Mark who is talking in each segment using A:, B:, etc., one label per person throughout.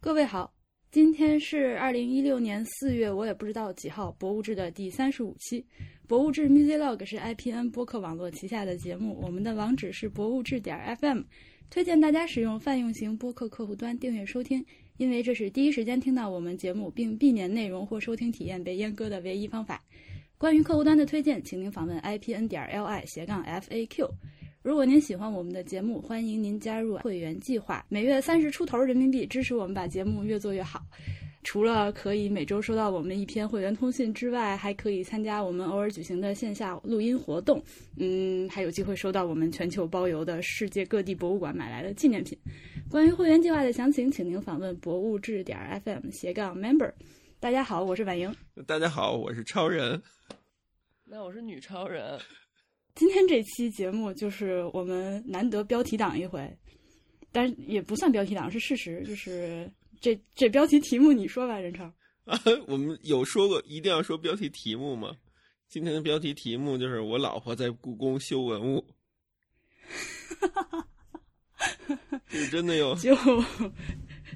A: 各位好，今天是二零一六年四月，我也不知道几号，博物志的第三十五期。博物志 Music Log 是 IPN 播客网络旗下的节目，我们的网址是博物志点 FM，推荐大家使用泛用型播客客户端订阅收听，因为这是第一时间听到我们节目并避免内容或收听体验被阉割的唯一方法。关于客户端的推荐，请您访问 IPN 点 LI 斜杠 FAQ。如果您喜欢我们的节目，欢迎您加入会员计划，每月三十出头人民币支持我们把节目越做越好。除了可以每周收到我们一篇会员通信之外，还可以参加我们偶尔举行的线下录音活动，嗯，还有机会收到我们全球包邮的世界各地博物馆买来的纪念品。关于会员计划的详情，请您访问博物志点 FM 斜杠 member。大家好，我是婉莹。
B: 大家好，我是超人。
C: 那我是女超人，
A: 今天这期节目就是我们难得标题党一回，但是也不算标题党，是事实，就是这这标题题目你说吧，任超。
B: 啊，我们有说过一定要说标题题目吗？今天的标题题目就是我老婆在故宫修文 物，这是真的哟。
A: 就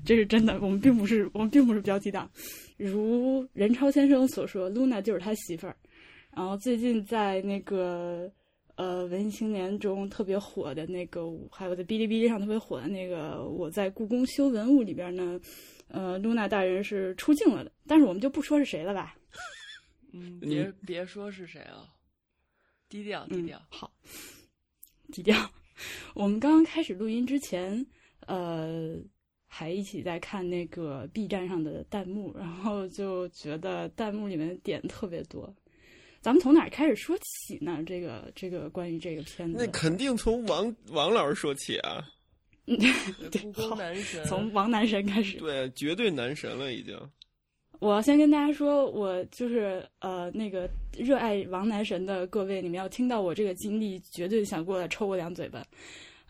A: 这是真的，我们并不是我们并不是标题党，如任超先生所说，Luna 就是他媳妇儿。然后最近在那个呃文艺青年中特别火的那个，还有在哔哩哔哩上特别火的那个《我在故宫修文物》里边呢，呃，露娜大人是出镜了的，但是我们就不说是谁了吧。
C: 嗯，
B: 你
C: 别别说是谁啊，低调低调。
A: 嗯好，低调。 我们刚刚开始录音之前，呃，还一起在看那个 B 站上的弹幕，然后就觉得弹幕里面的点特别多。咱们从哪儿开始说起呢？这个这个关于这个片子，
B: 那肯定从王王老师说起啊，
A: 对
C: 故
A: 好
C: 宫男神，
A: 从王南神开始。
B: 对，绝对男神了已经。
A: 我要先跟大家说，我就是呃那个热爱王男神的各位，你们要听到我这个经历，绝对想过来抽我两嘴巴。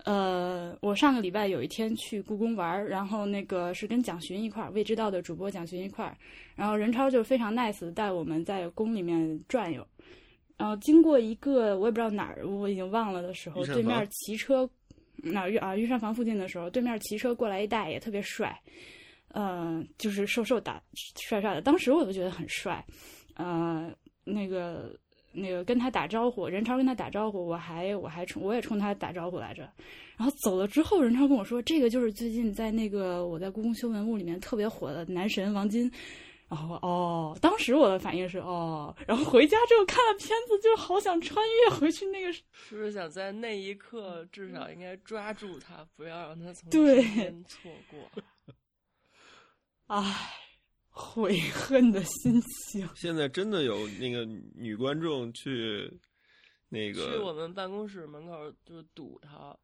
A: 呃，我上个礼拜有一天去故宫玩儿，然后那个是跟蒋勋一块儿，未知道的主播蒋勋一块儿，然后任超就非常 nice 地带我们在宫里面转悠，然后经过一个我也不知道哪儿，我已经忘了的时候，
B: 御膳
A: 对面
B: 房
A: 骑车哪儿御啊御膳房附近的时候，对面骑车过来一大爷，特别帅，呃，就是瘦瘦的、帅帅的，当时我就觉得很帅，呃，那个。那个跟他打招呼，任超跟他打招呼，我还我还冲我也冲他打招呼来着，然后走了之后，任超跟我说，这个就是最近在那个我在故宫修文物里面特别火的男神王金。然后哦，当时我的反应是哦，然后回家之后看了片子，就好想穿越回去那个时
C: 是不是想在那一刻至少应该抓住他，不要让他从
A: 对
C: 身边错 过？
A: 唉，悔恨的心情。
B: 现在真的有那个女观众去那
C: 去
B: 个
C: 我们办公室门口就堵他，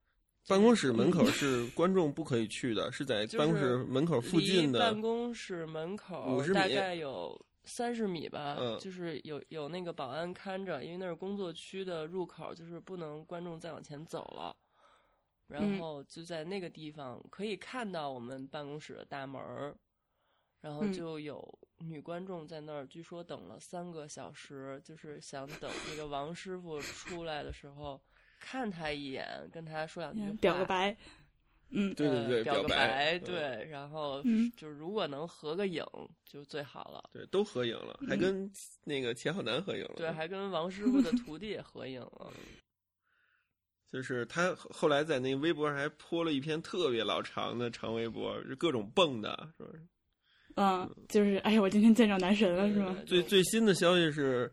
B: 办公室门口是观众不可以去的，是在
C: 就是
B: 办公室门口附近
C: 离
B: 的
C: 办。公室门口
B: 50米
C: 大概有三十米吧，
B: 嗯
C: 就是有有那个保安看着，因为那是工作区的入口，就是不能观众再往前走了。然
A: 嗯
C: 后就在那个地方可以看到我们办公室的大门儿，然后
A: 嗯
C: 就有女观众在那儿，据说等了三个小时，就是想等这个王师傅出来的时候看他一眼，跟他说两句话，
A: 表个白，嗯，
B: 对对
C: 呃
B: 对，
C: 表
B: 表
C: 个
B: 白，嗯
C: 对，然后
A: 嗯
C: 就是如果能合个影就最好了。
B: 对，都合影了，还跟那个钱浩南合影了。
C: 嗯对，还跟王师傅的徒弟也合影啊了。
B: 就是他后后来在那个微博上还泼了一篇特别老长的长微博，就各种蹦的，是不是？
A: 嗯，就是哎呀，我今天见着男神了是吗？
B: 嗯
C: 对
B: 最最新的消息是，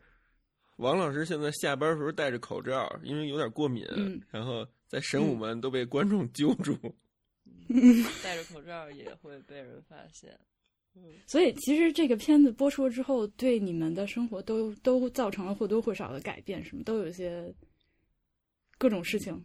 B: 王老师现在下班时候戴着口罩，因为有点过敏，
A: 嗯
B: 然后在神
C: 嗯
B: 武门都被观众 揪住。
C: 戴着口罩也会被人发现。嗯
A: 所以其实这个片子播出了之后，对你们的生活都都造成了或多或少的改变，什么都有一些各种事情。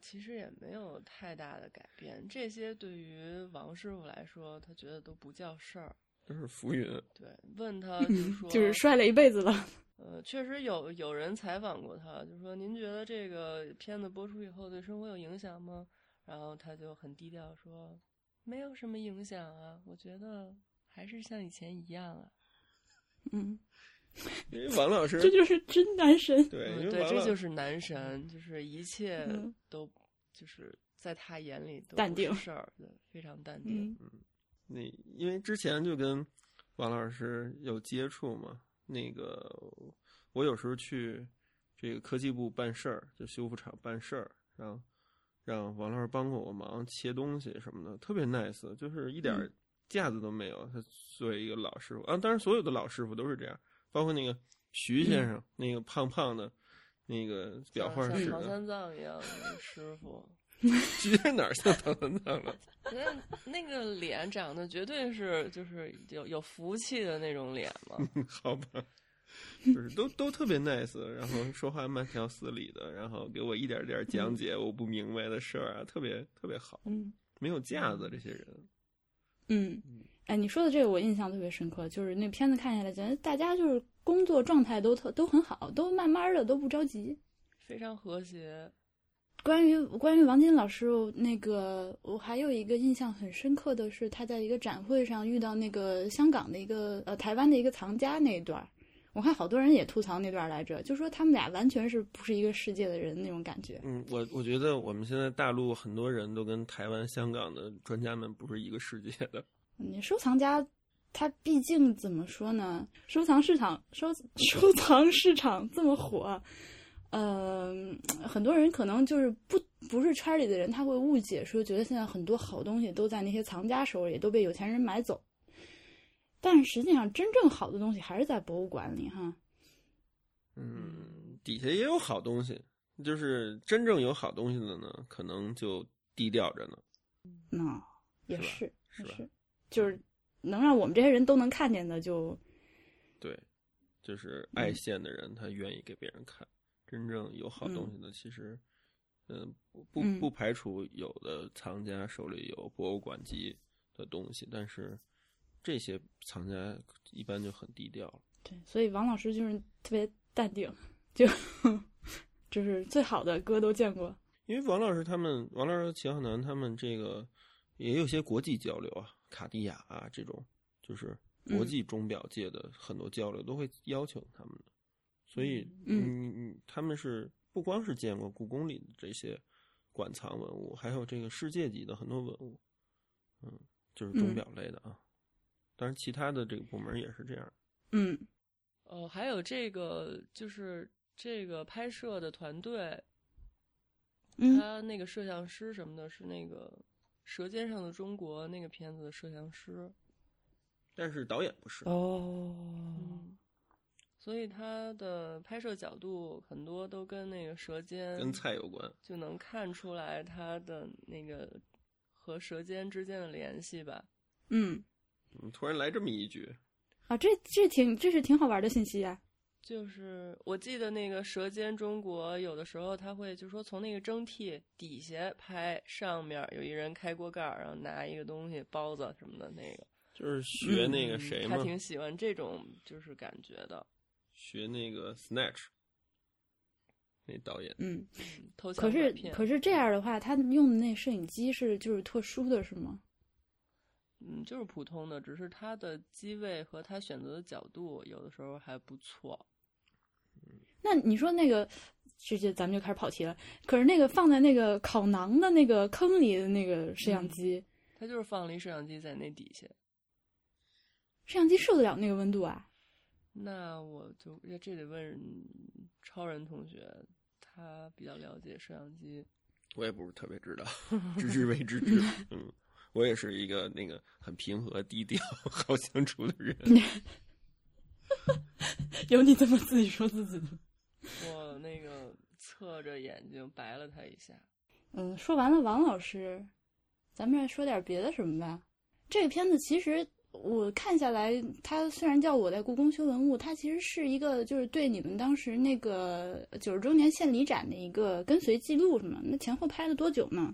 C: 其实也没有太大的改变，这些对于王师傅来说，他觉得都不叫事儿。
B: 都是浮云，
C: 对，问他就
A: 嗯
C: 说，，
A: 就是帅了一辈子了。
C: 呃，确实有有人采访过他，就说您觉得这个片子播出以后对生活有影响吗？然后他就很低调说，没有什么影响啊，我觉得还是像以前一样啊。
A: 嗯，
B: 因为王老师
A: 这就是真男神。
B: 对，因
C: 嗯，
B: 为
C: 对，
B: 王老
C: 这
B: 师
C: 就是男神，就是一切
A: 嗯
C: 都就是在他眼里都
A: 淡
C: 不是
A: 定嗯
C: 事儿，对，非常淡定。
B: 那因为之前就跟王老师有接触嘛，那个我有时候去这个科技部办事儿，就修复厂办事儿，让让王老师帮过我忙，切东西什么的，特别 nice，就是一点儿
A: 嗯
B: 架子都没有。他作为一个老师傅啊，当然所有的老师傅都是这样，包括那个徐先生，那个胖胖的。那个裱画
C: 像
B: 室
C: 唐
B: 的，
C: 三藏一样的师傅，
B: 徐在哪儿像唐三藏了？
C: 那那个脸长得绝对是就是有有福气的那种脸嘛。
B: 好吧，就是都都特别 nice，然后说话慢条斯理的，然后给我一点点讲解我不明白的事儿啊，特别特别好，
A: 嗯
B: 没有架子这些人。
A: 嗯，哎，你说的这个我印象特别深刻，就是那片子看下来，觉得大家就是工作状态都特都很好，都慢慢的都不着急。
C: 非常和谐。
A: 关于关于王晶老师，我那个我还有一个印象很深刻的是，他在一个展会上遇到那个香港的一个呃台湾的一个藏家那一段儿，我看好多人也吐槽那段儿来着，就说他们俩完全是不是一个世界的人那种感觉。
B: 嗯，我我觉得我们现在大陆很多人都跟台湾、香港的专家们不是一个世界的。
A: 你嗯收藏家，他毕竟怎么说呢？收藏市场收 收藏市场这么火，呃，很多人可能就是不不是圈里的人，他会误解说，觉得现在很多好东西都在那些藏家手里，都被有钱人买走。但实际上，真正好的东西还是在博物馆里哈。
B: 嗯，底下也有好东西，就是真正有好东西的呢，可能就低调着呢，
A: 那、也
B: 是吧
A: 是
B: 是
A: 也
B: 吧？
A: 是，就是能让我们这些人都能看见的就
B: 对，就是爱现的人，他愿意给别人看。真正有好东西的，其实，嗯，不
A: 嗯
B: 不排除有的藏家手里有博物馆级的东西，但是这些藏家一般就很低调了。
A: 对，所以王老师就是特别淡定，就就是最好的歌都见过。
B: 因为王老师他们，王老师、和秦浩南他们这个也有些国际交流啊，卡地亚啊这种，就是国际钟表界的很多交流都会邀请他们的，所以
A: 嗯
B: 嗯嗯，他们是不光是见过故宫里的这些馆藏文物，还有这个世界级的很多文物，嗯，就是钟表类的啊。当然，其他的这个部门也是这样。
A: 嗯
C: 哦，还有这个就是这个拍摄的团队，
A: 嗯
C: 他那个摄像师什么的，是那个《舌尖上的中国》那个片子的摄像师。
B: 但是导演不是，
D: 哦，
C: 嗯，所以他的拍摄角度很多都跟那个《舌尖
B: 跟》菜有关。
C: 就能看出来他的那个和《舌尖》之间的联系吧。
A: 嗯
B: 嗯突然来这么一句，
A: 啊，这这挺这是挺好玩的信息啊。
C: 就是我记得那个《舌尖中国》，有的时候他会就说从那个蒸屉底下拍，上面儿有一人开锅盖儿，然后拿一个东西包子什么的那个。
B: 就是学那个
C: 嗯
B: 谁
C: 他
B: 嘛，
C: 挺喜欢这种就是感觉的，
B: 学那个 Snatch 那导演。
A: 嗯，
C: 嗯偷
A: 可
C: 抢
A: 是
C: 拐骗。
A: 可是这样的话，他用的那摄影机是就是特殊的，是吗？
C: 嗯，就是普通的，只是他的机位和他选择的角度有的时候还不错。
A: 那你说那个，这这咱们就开始跑题了。可是那个放在那个烤馕的那个坑里的那个摄像机，
C: 他就是放了一摄像机在那底下，
A: 摄像机受得了那个温度啊？
C: 那我就这得问超人同学，他比较了解摄像机。
B: 我也不是特别知道，知之为知之。嗯，我也是一个那个很平和、低调、 好相处的人。
A: 有你这么自己说自己的？
C: 我那个侧着眼睛白了他一下。
A: 嗯，说完了王老师，咱们再说点别的什么吧。这个片子其实我看下来，它虽然叫我在故宫修文物，它其实是一个就是对你们当时那个九十周年献礼展的一个跟随记录，什么？那前后拍了多久呢？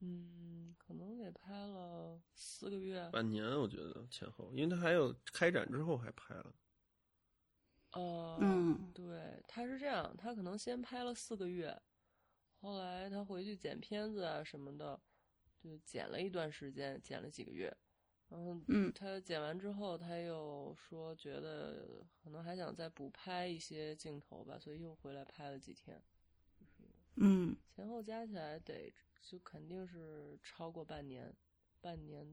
C: 嗯，可能得拍了四个月。
B: 半年，我觉得前后，因为他还有开展之后还拍了。
C: 呃，
A: 嗯
C: 对，他是这样，他可能先拍了四个月，后来他回去剪片子啊什么的，就剪了一段时间，剪了几个月。然后
A: 嗯
C: 他剪完之后，他又说觉得可能还想再补拍一些镜头吧，所以又回来拍了几天，
A: 嗯，
C: 前后加起来得就肯定是超过半年，半年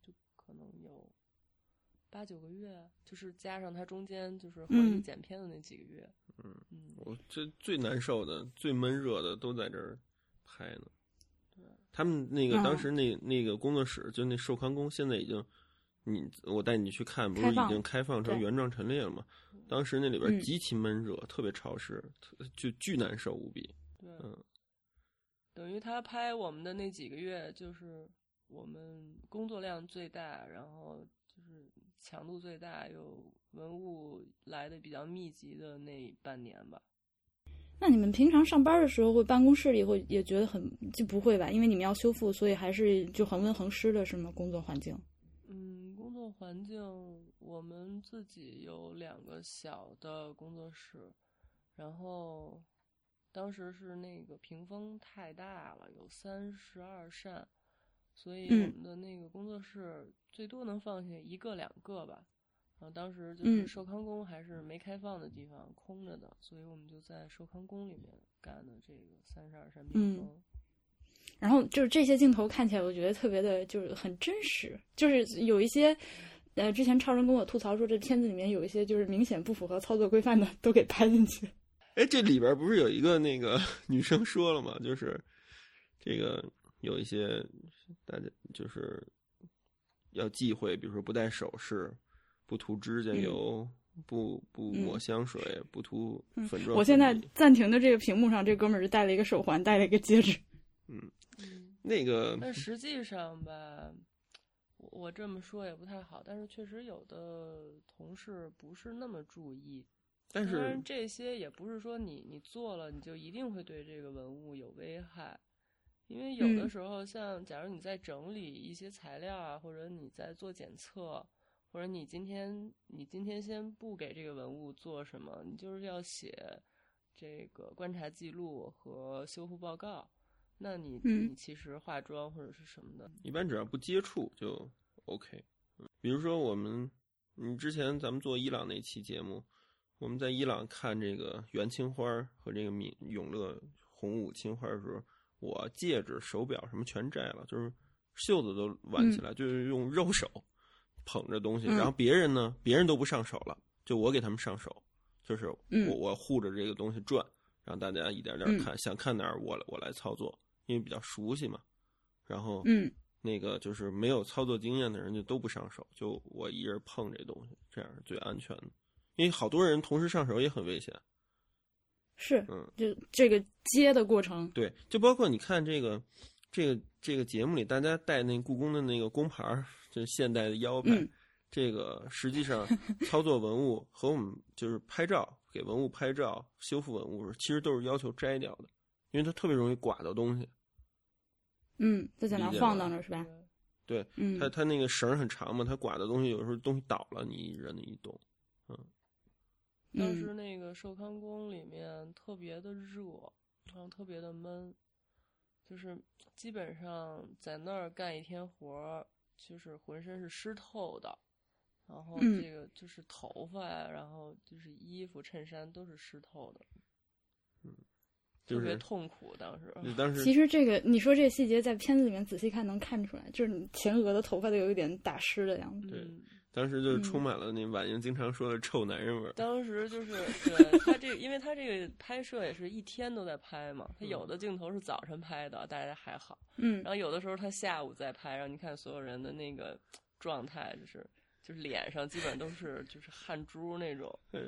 C: 就八九个月，就是加上他中间就是回
A: 嗯
C: 忆剪片的那几个月，
B: 嗯
C: 嗯，
B: 我这最难受的、最闷热的都在这儿拍呢
C: 对。
B: 他们那个
A: 嗯
B: 当时那那个工作室，就那寿康宫，现在已经，你我带你去看，不是
A: 开
B: 已
A: 放
B: 经开放成
A: 对
B: 原状陈列了吗？当时那里边
A: 嗯
B: 极其闷热，特别潮湿，特就巨难受无比。
C: 对，
B: 嗯
C: 等于他拍我们的那几个月，就是我们工作量最大，然后就是强度最大，有文物来的比较密集的那半年吧。
A: 那你们平常上班的时候，会办公室里会也觉得很就不会吧？因为你们要修复，所以还是就恒温恒湿的是吗？工作环境？
C: 嗯，工作环境，我们自己有两个小的工作室，然后当时是那个屏风太大了，有三十二扇，所以我
A: 嗯
C: 们的那个工作室最多能放下一个两个吧。然后当时就
A: 嗯
C: 是寿康宫还是没开放的地方，空着的，所以我们就在寿康宫里面干的这个三十二扇屏
A: 嗯
C: 风。
A: 然后就是这些镜头看起来，我觉得特别的，就是很真实。就是有一些，呃，之前超人跟我吐槽说，这片子里面有一些就是明显不符合操作规范的，都给拍进去。
B: 哎，这里边不是有一个那个 女生说了吗？就是这个有一些大家就是要忌讳，比如说不戴首饰、不涂指
A: 嗯
B: 甲油、不不抹香水、不涂
A: 嗯
B: 粉状。
A: 我现在暂停的这个屏幕上，这哥们儿是戴了一个手环，戴了一个戒指。
C: 嗯
B: 那个
C: 但实际上吧，我我这么说也不太好，但是确实有的同事不是那么注意。
B: 但
C: 当
B: 是
A: 呃
C: 然，这些也不是说你你做了你就一定会对这个文物有危害，因为有的
A: 嗯
C: 时候像假如你在整理一些材料啊，或者你在做检测，或者你今天你今天先不给这个文物做什么，你就是要写这个观察记录和修复报告。那你、
A: 嗯
C: 你其实化妆或者是什么的，
B: 一般只要不接触就 OK。嗯比如说我们，你之前咱们做伊朗那期节目，我们在伊朗看这个元青花儿和这个闽永乐红五青花儿的时候，我戒指、手表什么全摘了，就是袖子都挽起来，就是用肉手捧着东西。
A: 嗯
B: 然后别人呢，别人都不上手了，就我给他们上手，就是我、
A: 嗯
B: 我护着这个东西转，让大家一点点看，想看哪儿我来我来操作，因为比较熟悉嘛。然后，
A: 嗯，
B: 那个就是没有操作经验的人就都不上手，就我一人碰这东西，这样是最安全的。因为好多人同时上手也很危险。
A: 是，
B: 嗯
A: 就这个接的过程，
B: 对，就包括你看这个这个这个节目里，大家戴那故宫的那个宫牌儿，就是现代的腰带，
A: 嗯
B: 这个实际上操作文物和我们就是拍照给文物拍照、修复文物时，其实都是要求摘掉的，因为它特别容易刮到东西。
A: 嗯，就在那儿
B: 理解
A: 晃
B: 了
A: 荡着是吧？
C: 对
B: 对，
A: 嗯，
B: 它它那个绳儿很长嘛，它刮的东西有时候东西倒了，你人一动。
C: 当
A: 嗯
C: 时那个寿康宫里面特别的热，然后特别的闷，就是基本上在那儿干一天活儿，就是浑身是湿透的，然后
A: 嗯
C: 这个就是头发呀，然后就是衣服、衬衫都是湿透的，
B: 就
C: 特别
B: 是
C: 痛苦。当时
B: 就当时
A: 其实这个你说这个细节在片子里面仔细看能看出来，就是你前额的头发都有一点打湿的样子。
B: 对
C: 嗯
B: 当时就充满了那婉莹经常说的臭男人味儿。
C: 当时就是 对他这，因为他这个拍摄也是一天都在拍嘛，
B: 嗯
C: 他有的镜头是早晨拍的，大家还好。
A: 嗯
C: 然，后有的时候他下午再拍，然后你看所有人的那个状态，就是就是脸上基本上都是就是汗珠那种。
B: 那、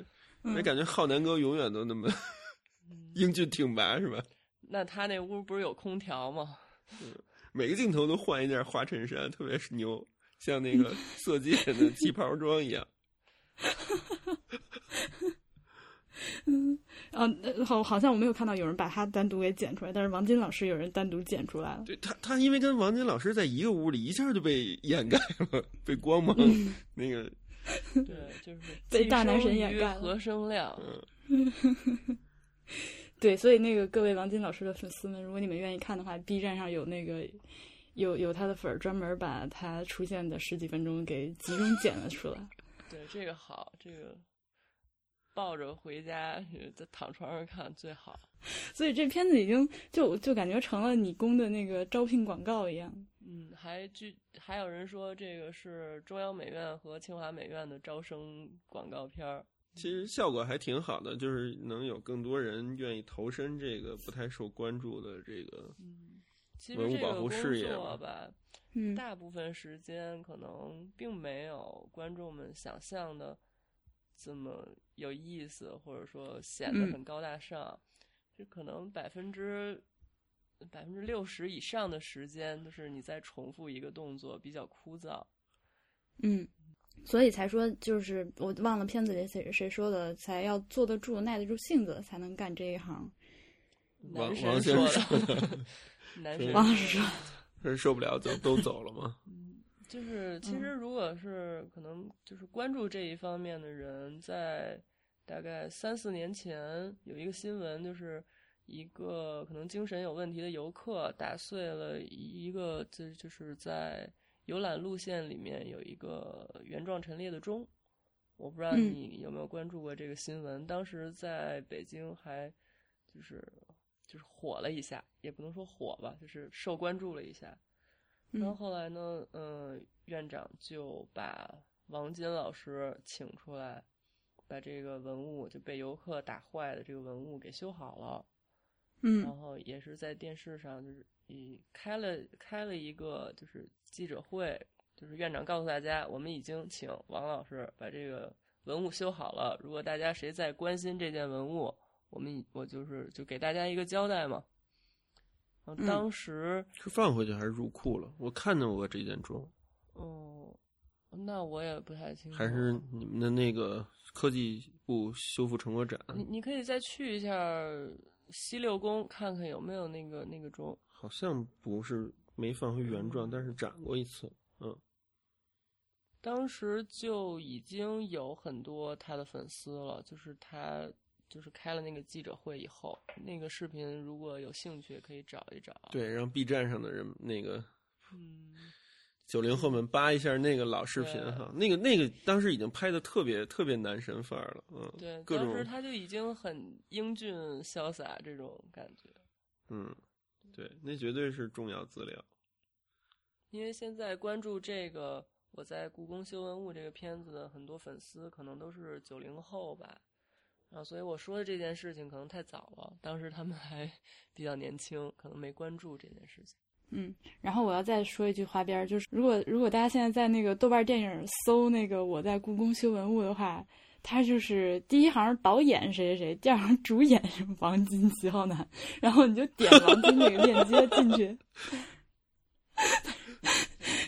C: 嗯
B: 感觉浩南哥永远都那么 英俊挺拔，是吧？
C: 那他那屋不是有空调吗？
B: 每个镜头都换一件花衬衫，特别是牛，像那 个色戒的旗袍装一样。
A: 啊，呃好，好像我没有看到有人把它单独给剪出来，但是王晶老师有人单独剪出来了。
B: 对他，他因为跟王晶老师在一个屋里，一下就被掩盖了， 被光芒、
C: 嗯
B: 那个，
C: 对，就是
A: 被大男神掩盖了
C: 和声量。
B: 嗯，
A: 对，所以那个各位王晶老师的粉丝们，如果你们愿意看的话，B 站上有那个有有他的粉儿专门把他出现的十几分钟给集中剪了出来。
C: 对，这个好，这个抱着回家，在躺床上看最好。
A: 所以这片子已经就就感觉成了你宫的那个招聘广告一样。
C: 嗯，还据还有人说这个是中央美院和清华美院的招生广告片儿。
B: 其实效果还挺好的，就是能有更多人愿意投身这个不太受关注的这个。
C: 嗯，其
B: 文
C: 实
B: 物
C: 这
B: 保
C: 个
B: 护
C: 工
B: 事业吧
C: 作吧，
A: 嗯，
C: 大部分时间可能并没有观众们想象的这么有意思，或者说显得
A: 嗯
C: 很高大上。这可能百分之百分之六十以上的时间，就是你在重复一个动作，比较枯燥。
A: 嗯，所以才说，就是我忘了片子里谁谁说的，才要坐得住、耐得住性子，才能干这一行。
B: 王
C: 男
B: 王
C: 神
B: 先生
C: 说的， 男
B: 说
C: 神
B: 的
A: 王老师说，
B: 是呃受不了，走都走了嘛。
C: 就是
A: 嗯
C: 其实如果是可能就是关注这一方面的人，在大概三四年前有一个新闻，就是一个可能精神有问题的游客打碎了一个就就是在游览路线里面有一个原状陈列的钟，我不知道
A: 嗯
C: 你有没有关注过这个新闻，当时在北京还就是就是火了一下，也不能说火吧，就是受关注了一下。然后
A: 嗯
C: 后来呢，嗯、院长就把王金老师请出来，把这个文物就被游客打坏的这个文物给修好了，然
A: 嗯
C: 后也是在电视上就是以开了开了一个就是记者会，就是院长告诉大家，我们已经请王老师把这个文物修好了，如果大家谁再关心这件文物，我们已我就是就给大家一个交代嘛。然后
A: 嗯
C: 当时。
B: 是放回去还是入库了？我看见过这件钟，
C: 哦，那我也不太清楚。
B: 还是你们的那个科技部修复成果展，
C: 你你可以再去一下西六宫，看看有没有那个那个钟。
B: 好像不是没放回原状，但是展过一次。
C: 当时就已经有很多他的粉丝了，就是他就是开了那个记者会以后，那个视频如果有兴趣可以找一找。，
B: 对，让 B 站上的人那个
C: 嗯，
B: 九零后们扒一下那个老视频哈，那个那个当时已经拍的特别特别男神范儿了，嗯，
C: 对，
B: 各
C: 当时
B: 种
C: 他就已经很英俊潇洒这种感觉。
B: 嗯，对，那绝对是重要资料。
C: 因为现在关注这个，我在故宫修文物这个片子的很多粉丝可能都是九零后吧，然后所以我说的这件事情可能太早了，当时他们还 比较年轻，可能没关注这件事情。
A: 嗯。然后我要再说一句花边儿，就是如果如果大家现在在那个豆瓣电影搜那个我在故宫修文物的话，它就是第一行导演谁谁谁，第二行主演是王金齐浩南，然后你就点王金那个链接进去。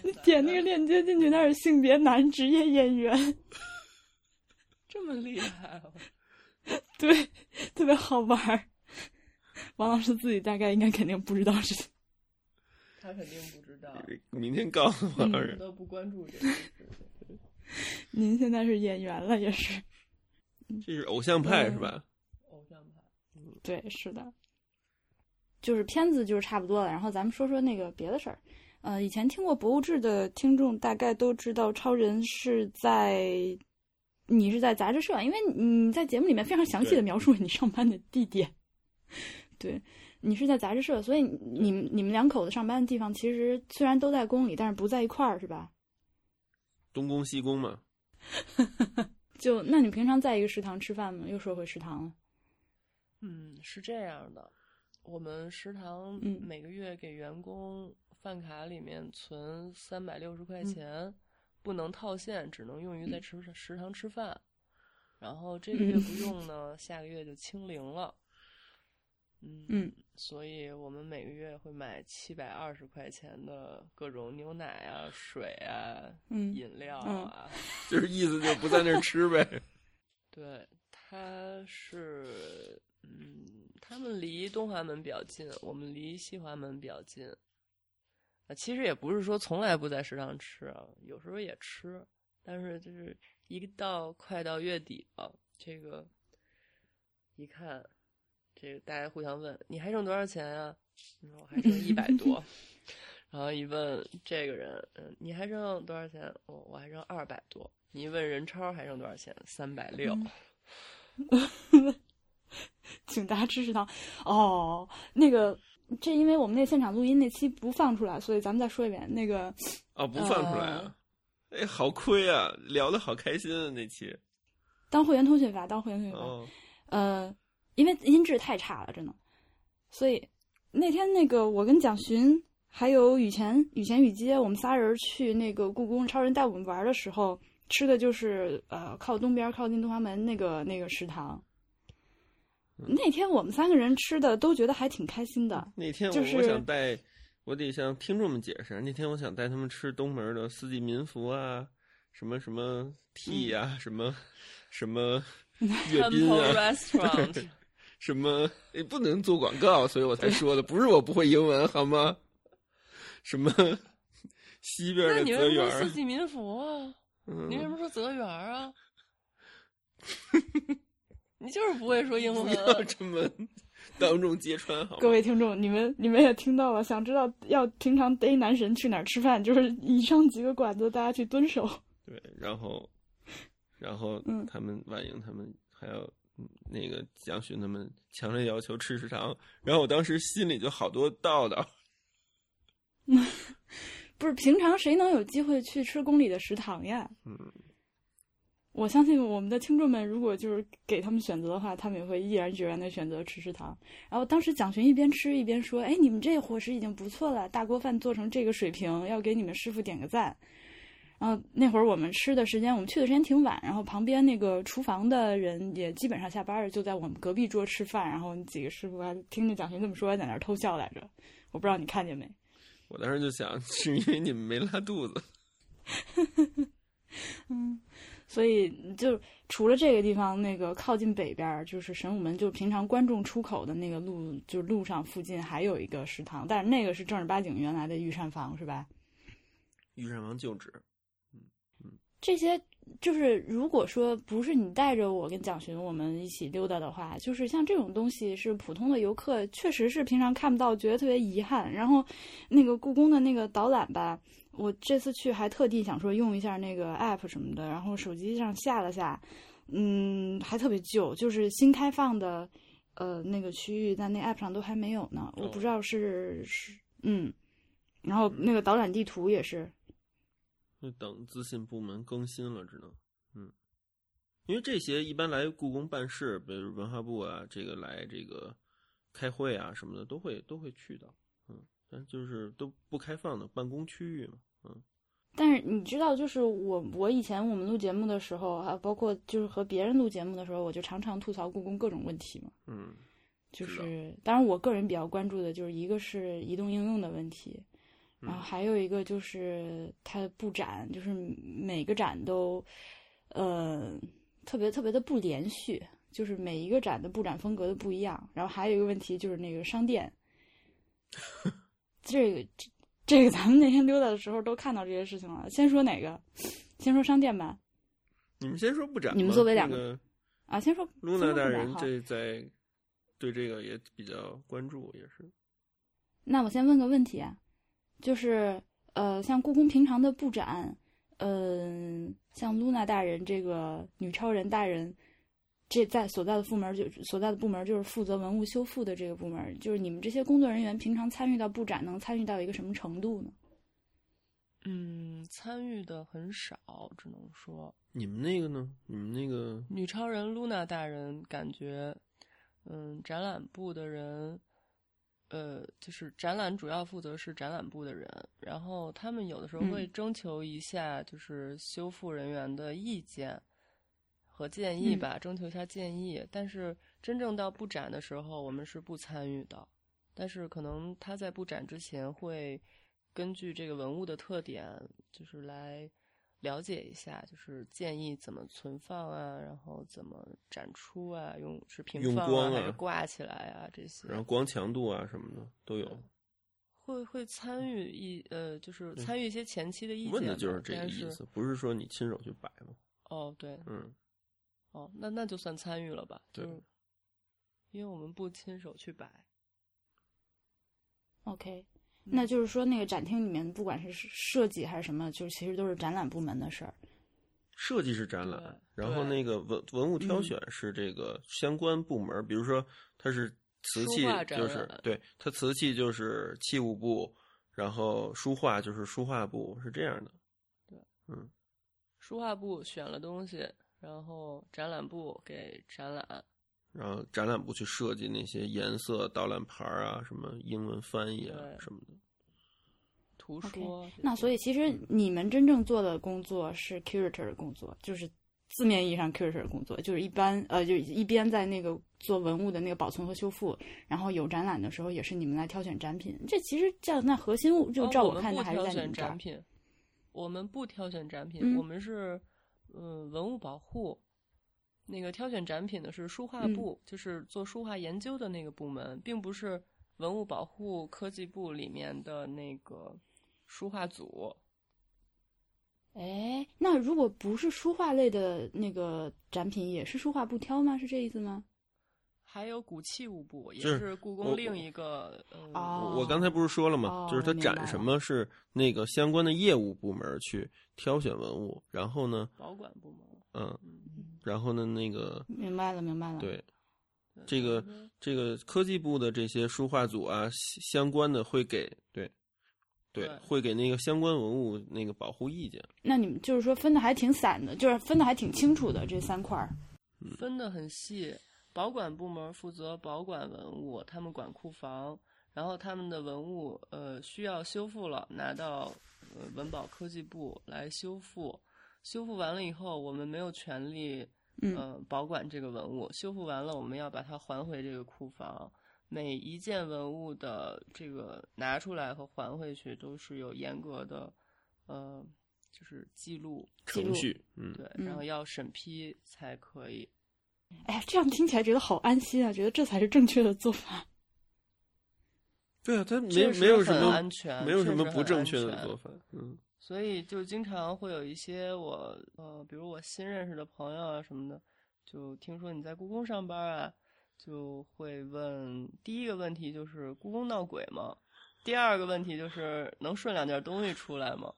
A: 你点那个链接进去，那是性别男职业演员，
C: 这么厉害、啊，
A: 对，特别好玩儿。王老师自己大概应该肯定不知道是，
C: 他肯定不知 道，
B: 明天告诉我，老师
C: 都不关注这件事情。
A: 您现在是演员了，也是
B: 这是偶像派
A: 嗯
B: 是吧？
C: 偶像派，
A: 对，是的，就是片子就是差不多了。然后咱们说说那个别的事儿。呃，以前听过《博物志》的听众大概都知道，超人是在你是在杂志社，因为你在节目里面非常详细的
B: 对
A: 描述了你上班的地点。 对，你是在杂志社，所以你们你们两口子上班的地方其实虽然都在宫里，但是不在一块儿，是吧？
B: 东宫西宫嘛，
A: 就那你平常在一个食堂吃饭吗？又说回食堂了。
C: 嗯，是这样的，我们食堂
A: 嗯
C: 每个月给员工饭卡里面存三百六十块
A: 嗯
C: 钱，不能套现，只能用于在食食堂吃饭。然后这个
A: 嗯
C: 月不用呢，下个月就清零了。嗯，
A: 嗯
C: 所以我们每个月会买七百二十块钱的各种牛奶啊、水啊、
A: 嗯
C: 饮料
A: 嗯
C: 啊，
B: 就是意思就不在那儿吃呗。
C: 对，它是，嗯，他们离东华门比较近，我们离西华门比较近。啊，其实也不是说从来不在食堂吃啊，有时候也吃，但是就是一到快到月底了，这个一看，这个大家互相问你还剩多少钱呀、你说我还剩一百多，然后一问这个人，嗯，你还剩哦多少钱？我我还剩二百多。你一问任超还剩多少钱？三百六
A: 嗯。请大家支持他。哦，那个，这因为我们那现场录音那期不放出来，所以咱们再说一遍。那个，
B: 啊，不放出来啊！
C: 嗯
B: 哎，好亏啊！聊的好开心啊，那期。
A: 当会员通讯法，当会员通讯法。
B: 哦，
A: 呃，因为音质太差了，真的。所以那天那个我跟蒋勋还有雨前、雨前、雨街，我们仨人去那个故宫，超人带我们玩的时候，吃的就是呃靠东边靠近东华门那个那个食堂。那天我们三个人吃的都觉得还挺开心的，
B: 那天我、
A: 就是
B: 我想带，我得向听众们解释，啊那天我想带他们吃东门的四季民福啊，什么什么
C: 嗯
B: T 呀、什么什么阅兵
C: Temple
B: 啊，
C: Restaurant，
B: 什么哎不能做广告，所以我才说的，不是我不会英文好吗？什么西边
C: 那
B: 的
C: 你
B: 泽
C: 为什
B: 园
C: 么说
B: 儿
C: 四，季民福啊？你为什
B: 嗯，
C: 么说泽园 儿啊？你就是不会说英
B: 不
C: 文。
B: 要 这么当众揭穿好吗
A: 各？位听众，你们你们也听到了，想知道要平常逮男神去哪儿吃饭，就是以上几个馆子大家去蹲守。
B: 对，然后，然后
A: 嗯
B: 他们万颖他们还有嗯那个蒋勋他们强烈要求吃食堂，然后我当时心里就好多道道，
A: 不是平常谁能有机会去吃宫里的食堂呀？
B: 嗯，
A: 我相信我们的听众们，如果就是给他们选择的话，他们也会毅然决然的选择吃食堂。然后当时蒋勋一边吃一边说：“哎，你们这伙食已经不错了，大锅饭做成这个水平，要给你们师傅点个赞。”然后那会儿我们吃的时间，我们去的时间挺晚，然后旁边那个厨房的人也基本上下班了，就在我们隔壁桌吃饭。然后几个师傅还听着蒋勋这么说，还在那儿偷笑来着。我不知道你看见没？
B: 我当时就想是因为你们没拉肚子，
A: 嗯，所以就除了这个地方，那个靠近北边儿就是神武门，就平常观众出口的那个路，就路上附近还有一个食堂，但是那个是正儿八经原来的御膳房，是吧？
B: 御膳房就职，
A: 这些就是如果说不是你带着我跟蒋勋我们一起溜达的话，就是像这种东西是普通的游客确实是平常看不到，觉得特别遗憾。然后那个故宫的那个导览吧，我这次去还特地想说用一下那个 app 什么的，然后手机上下了下，嗯，还特别旧，就是新开放的呃那个区域在那 app 上都还没有呢，我不知道是是嗯，然后那个导览地图也是。
B: 就等资讯部门更新了，只能，嗯，因为这些一般来故宫办事，比如文化部啊，这个来这个开会啊什么的，都会都会去到，嗯，但就是都不开放的办公区域嘛，嗯。
A: 但是你知道，就是我我以前我们录节目的时候啊，包括就是和别人录节目的时候，我就常常吐槽故宫各种问题嘛。
B: 嗯
A: 就是是当然，我个人比较关注的就是一个是移动应用的问题，
B: 嗯
A: 然后还有一个就是它的布展，就是每个展都呃特别特别的不连续，就是每一个展的布展风格都不一样。然后还有一个问题就是那个商店，这个这这个咱们那天溜达的时候都看到这些事情了。先说哪个？先说商店吧。
B: 你们先说布展吧，
A: 你们作为两
B: 这
A: 个
B: 个
A: 啊，先说
B: 露
A: 先
B: 娜
A: 说
B: 大
A: 布展
B: 人
A: 好
B: 这在对这个也比较关注，也是
A: 那我先问个问题啊，就是呃，像故宫平常的布展，嗯、像露娜大人这个女超人大人，这在所在的部门就所在的部门就是负责文物修复的这个部门，就是你们这些工作人员平常参与到布展能参与到一个什么程度呢？
C: 嗯，参与的很少，只能说
B: 你们那个呢？你们那个
C: 女超人露娜大人感觉，嗯，展览部的人，呃，就是展览主要负责是展览部的人，然后他们有的时候
A: 嗯
C: 会征求一下就是修复人员的意见和建议
A: 嗯
C: 吧，征求一下建议。但是真正到布展的时候，我们是不参与的。但是可能他在布展之前会根据这个文物的特点，就是来了解一下，就是建议怎么存放啊，然后怎么展出啊，用是平
B: 用
C: 放
B: 光
C: 还
B: 啊
C: 是挂起来啊这些，
B: 然后光强度啊什么的都有，
C: 会会参与一呃，就是
B: 对
C: 参与一些前期的意见吧，
B: 嗯问的就是这个
C: 但
B: 意
C: 是
B: 思，不是说你亲手去摆嘛。
C: 哦，对，
B: 嗯，
C: 哦，那那就算参与了吧，
B: 对
C: 就是因为我们不亲手去摆，
A: OK，那就是说那个展厅里面，不管是设计还是什么，就是其实都是展览部门的事儿。
B: 设计是展览，
C: 对
B: 然后
C: 对嗯
B: 那个文文物挑选是这个相关部门，比如说它是瓷器
C: 书画，展
B: 就是
C: 览
B: 对它瓷器就是器物部，然后书画就是书画部，是这样的。
C: 书画部选了东西，然后展览部给展览，
B: 然后展览部去设计那些颜色、导览牌儿啊，什么英文翻译啊
C: 对
B: 什么的。
C: 图
A: OK，
C: 说。
A: 那所以其实
C: 嗯
A: 你们真正做的工作是 curator 的工作，就是字面意义上 curator 的工作，就是一般呃，就一边在那个做文物的那个保存和修复，然后有展览的时候也是你们来挑选展品。这其实这样，那核心物就
C: 哦
A: 照
C: 我
A: 看，
C: 们
A: 那
C: 不
A: 还是
C: 挑
A: 在你们
C: 选
A: 这儿
C: 展。品，我们不挑选展品，
A: 嗯
C: 我们是嗯文物保护。那个挑选展品的是书画
A: 嗯
C: 部，就是做书画研究的那个部门，并不是文物保护科技部里面的那个书画组。
A: 哎，那如果不是书画类的那个展品，也是书画不挑吗？是这意思吗？
C: 还有古器物部，也
B: 就是
C: 是故
B: 我
C: 宫
B: 我
C: 另一个呃
A: 啊
B: 我我刚才不是说了吗？
A: 哦
B: 就是它
A: 明白
B: 展
A: 了
B: 什么是那个相关的业务部门去挑选文物，然后呢，
C: 保管部门。
B: 嗯，
C: 嗯，
B: 然后呢，那个
A: 明白了，明白了。
B: 对，
C: 对
B: 这个
C: 反正
B: 这个科技部的这些书画组啊，相相关的会给对对
C: 对
B: 会给那个相关文物那个保护意见。
A: 那你们就是说分的还挺散的，就是分的还挺清楚的这三块儿。
C: 分得很细。保管部门负责保管文物，他们管库房，然后他们的文物呃需要修复了，拿到呃文保科技部来修复。修复完了以后，我们没有权利
A: 嗯，
C: 呃保管这个文物。修复完了，我们要把它还回这个库房。每一件文物的这个拿出来和还回去都是有严格的呃就是记录，
A: 记
B: 程
A: 录
B: 序，嗯，
C: 对，
A: 嗯
C: 然后要审批才可以。
A: 哎呀，这样听起来觉得好安心啊，觉得这才是正确的做法。
B: 对啊，它
C: 确
B: 没
C: 实
B: 没有什
C: 很
B: 么
C: 安全，
B: 没有
C: 确
B: 什么
C: 实
B: 不
C: 很
B: 正
C: 安
B: 确的
C: 全
B: 做法，嗯，
C: 所以就经常会有一些我呃，比如我新认识的朋友啊什么的，就听说你在故宫上班啊，就会问第一个问题就是故宫闹鬼吗？第二个问题就是能顺两件东西出来吗？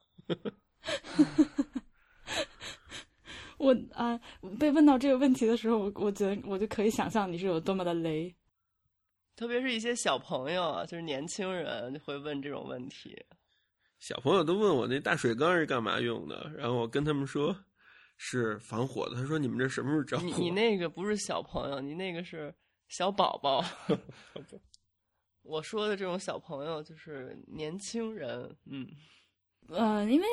A: 我啊、被问到这个问题的时候，我我觉得我就可以想象你是有多么的雷。
C: 特别是一些小朋友啊，就是年轻人就会问这种问题。
B: 小朋友都问我那大水缸是干嘛用的，然后我跟他们说是防火的，他说你们这什么时候着火？
C: 你你那个不是小朋友，你那个是小宝宝。我说的这种小朋友就是年轻人，嗯，
A: 呃，因为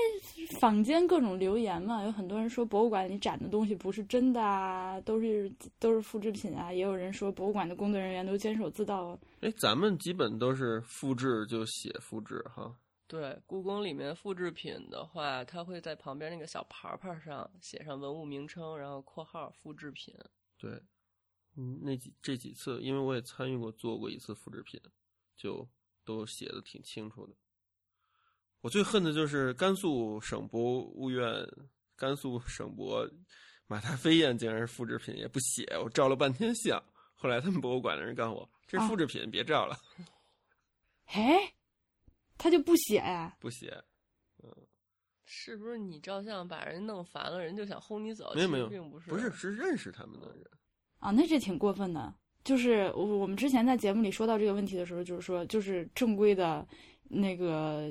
A: 坊间各种留言嘛，有很多人说博物馆里展的东西不是真的啊，都是都是复制品啊，也有人说博物馆的工作人员都监守自盗啊。
B: 哎，咱们基本都是复制就写复制哈，
C: 对，故宫里面复制品的话，它会在旁边那个小牌牌上写上文物名称，然后括号复制品。
B: 对，嗯，那几这几次，因为我也参与过做过一次复制品，就都写的挺清楚的。我最恨的就是甘肃省博物院，甘肃省博马达飞燕竟然是复制品，也不写，我照了半天相。后来他们博物馆的人告诉我，这
C: 哦
B: 是复制品，别照了，
A: 哎，他就不写啊呀、
B: 不写。
C: 是不是你照相把人弄烦了，人就想轰你走？
B: 没有
C: 呃其
B: 没
C: 实
B: 有，
C: 并不是，嗯
B: 不是是认识他们的人，
A: 啊？那这挺过分的。就是我我们之前在节目里说到这个问题的时候，就是说，就是正规的那个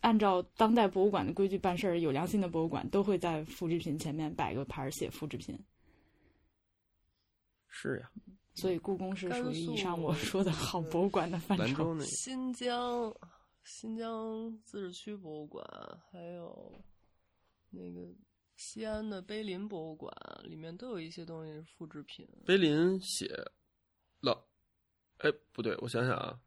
A: 按照当代博物馆的规矩办事儿，有良心的博物馆都会在复制品前面摆个牌儿写复制品。
B: 是呀，
A: 所以故宫是
C: 甘
A: 属于以上
C: 肃
A: 我说的好
C: 嗯
A: 博物馆的范
B: 兰
A: 畴
B: 州。那个
C: 新疆新疆自治区博物馆，还有那个西安的碑林博物馆，里面都有一些东西是复制品，
B: 碑林写老，哎不对，我想想啊，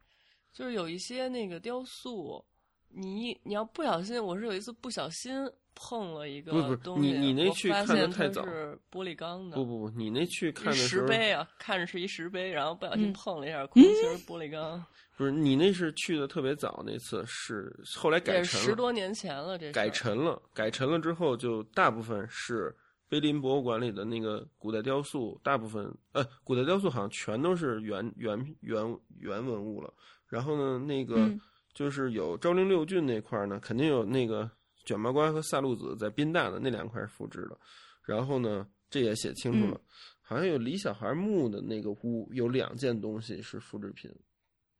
C: 就是有一些那个雕塑，你你要不小心，我是有一次不小心碰了一个
B: 不是不是
C: 东西，
B: 你你那
C: 我
B: 去
C: 发
B: 看得
C: 现
B: 太
C: 它
B: 早
C: 是玻璃缸的，
B: 不不不，你那去看
C: 一
B: 的时
C: 石
B: 候，
C: 碑啊，看着是一石碑，然后不小心
A: 嗯
C: 碰了 一下，空心儿玻璃缸，
B: 不是你那是去的特别早，那次是后来改
C: 这是
B: 成
C: 十
B: 了
C: 多年前了，这是
B: 改成了，改成了之后就大部分是碑林博物馆里的那个古代雕塑，大部分呃古代雕塑好像全都是原原原原文物了。然后呢，那个
A: 嗯
B: 就是有昭陵六郡那块儿呢，肯定有那个卷毛瓜和萨路子在宾大的那两块是复制的。然后呢，这也写清楚了，
A: 嗯
B: 好像有李小孩墓的那个屋有两件东西是复制品，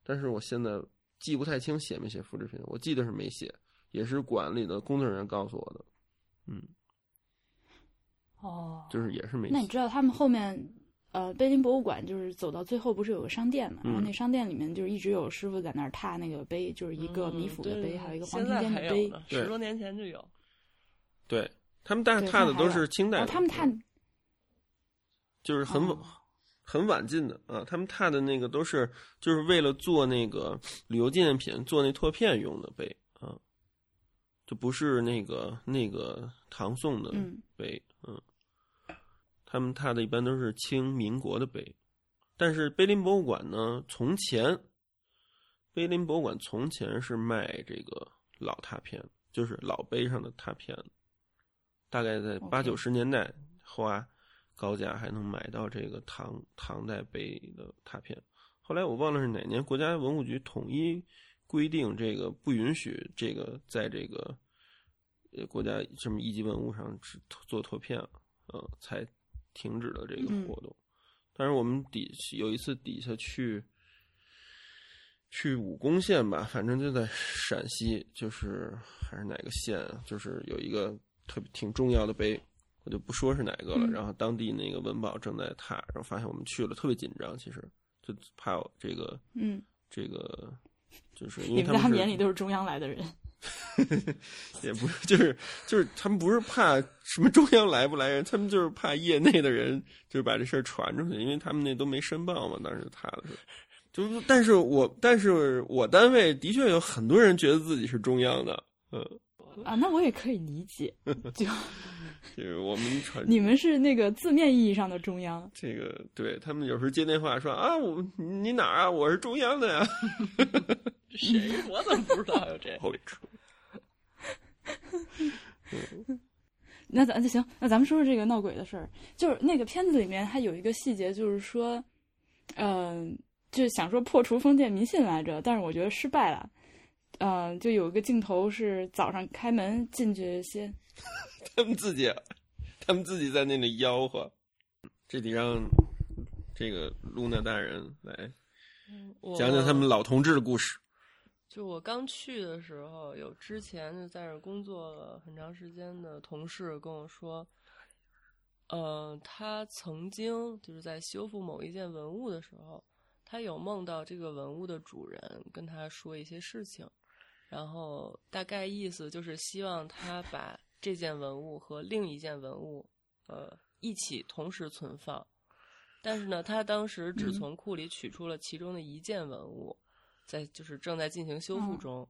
B: 但是我现在记不太清写没写复制品，我记得是没写，也是馆里的工作人员告诉我的，嗯，
A: 哦，
B: 就是也是没
A: 那你
B: 写，
A: 知道他们后面，呃，碑林博物馆就是走到最后不是有个商店嘛？
B: 嗯
A: 然后那商店里面就是一直有师傅在那儿踏那个碑，就是一个米
C: 嗯
A: 府的
C: 对
A: 碑，
C: 对
A: 还有一个
C: 对
A: 黄庭
C: 现在
A: 坚的
C: 还有
A: 碑。
C: 呢
B: 对
C: 十多年前就有。
B: 对他们大
A: 对
B: 踏的
A: 上海
B: 都
A: 晚
B: 是清代
A: 然后哦
B: 的，
A: 他们踏，
B: 嗯就是很晚
A: 哦
B: 很晚进的啊，他们踏的那个都是就是为了做那个旅游纪念品做那拓片用的碑啊，就不是那个那个唐宋的
A: 嗯
B: 碑，嗯，他们踏的一般都是清民国的碑，但是碑林博物馆呢，从前碑林博物馆从前是卖这个老拓片，就是老碑上的拓片，大概在
A: OK
B: 八九十年代花高价还能买到这个唐唐代碑的拓片。后来我忘了是哪年，国家文物局统一规定，这个不允许这个在这个呃国家什么一级文物上只做拓片，呃，才停止了这个
A: 嗯
B: 活动。但是我们底有一次底下去去武功县吧，反正就在陕西，就是还是哪个县啊，就是有一个特别挺重要的碑，我就不说是哪个了。
A: 嗯
B: 然后当地那个文保正在踏，然后发现我们去了，特别紧张，其实就怕我这个
A: 嗯，
B: 这个。就是因
A: 你
B: 为
A: 们
B: 他
A: 在他
B: 们
A: 们眼
B: 是
A: 里都是中央来的人。
B: 也不是，就是就是他们不是怕什么中央来不来人，他们就是怕业内的人就是把这事儿传出去，因为他们那都没申报嘛，当时他的时候。就是，但是我但是我单位的确有很多人觉得自己是中央的，嗯，
A: 啊，那我也可以理解，就
B: 就是我们传
A: 你们是那个字面意义上的中央，
B: 这个对他们有时候接电话说啊，我你哪儿啊？我是中央的呀，？
C: 这谁？我怎么不知道有这
B: 好丑
A: 那咱就行，那咱们说说这个闹鬼的事儿。就是那个片子里面，它有一个细节，就是说，嗯、就想说破除封建迷信来着，但是我觉得失败了。嗯、就有一个镜头是早上开门进去先，
B: 他们自己，他们自己在那里吆喝，这得让这个露娜大人来
C: 我
B: 讲讲他们老同志的故事。
C: 就我刚去的时候，有之前就在这儿工作了很长时间的同事跟我说，呃，他曾经就是在修复某一件文物的时候，他有梦到这个文物的主人跟他说一些事情，然后大概意思就是希望他把这件文物和另一件文物，呃，一起同时存放。但是呢，他当时只
A: 嗯
C: 从库里取出了其中的一件文物，在就是正在进行修复
A: 嗯
C: 中。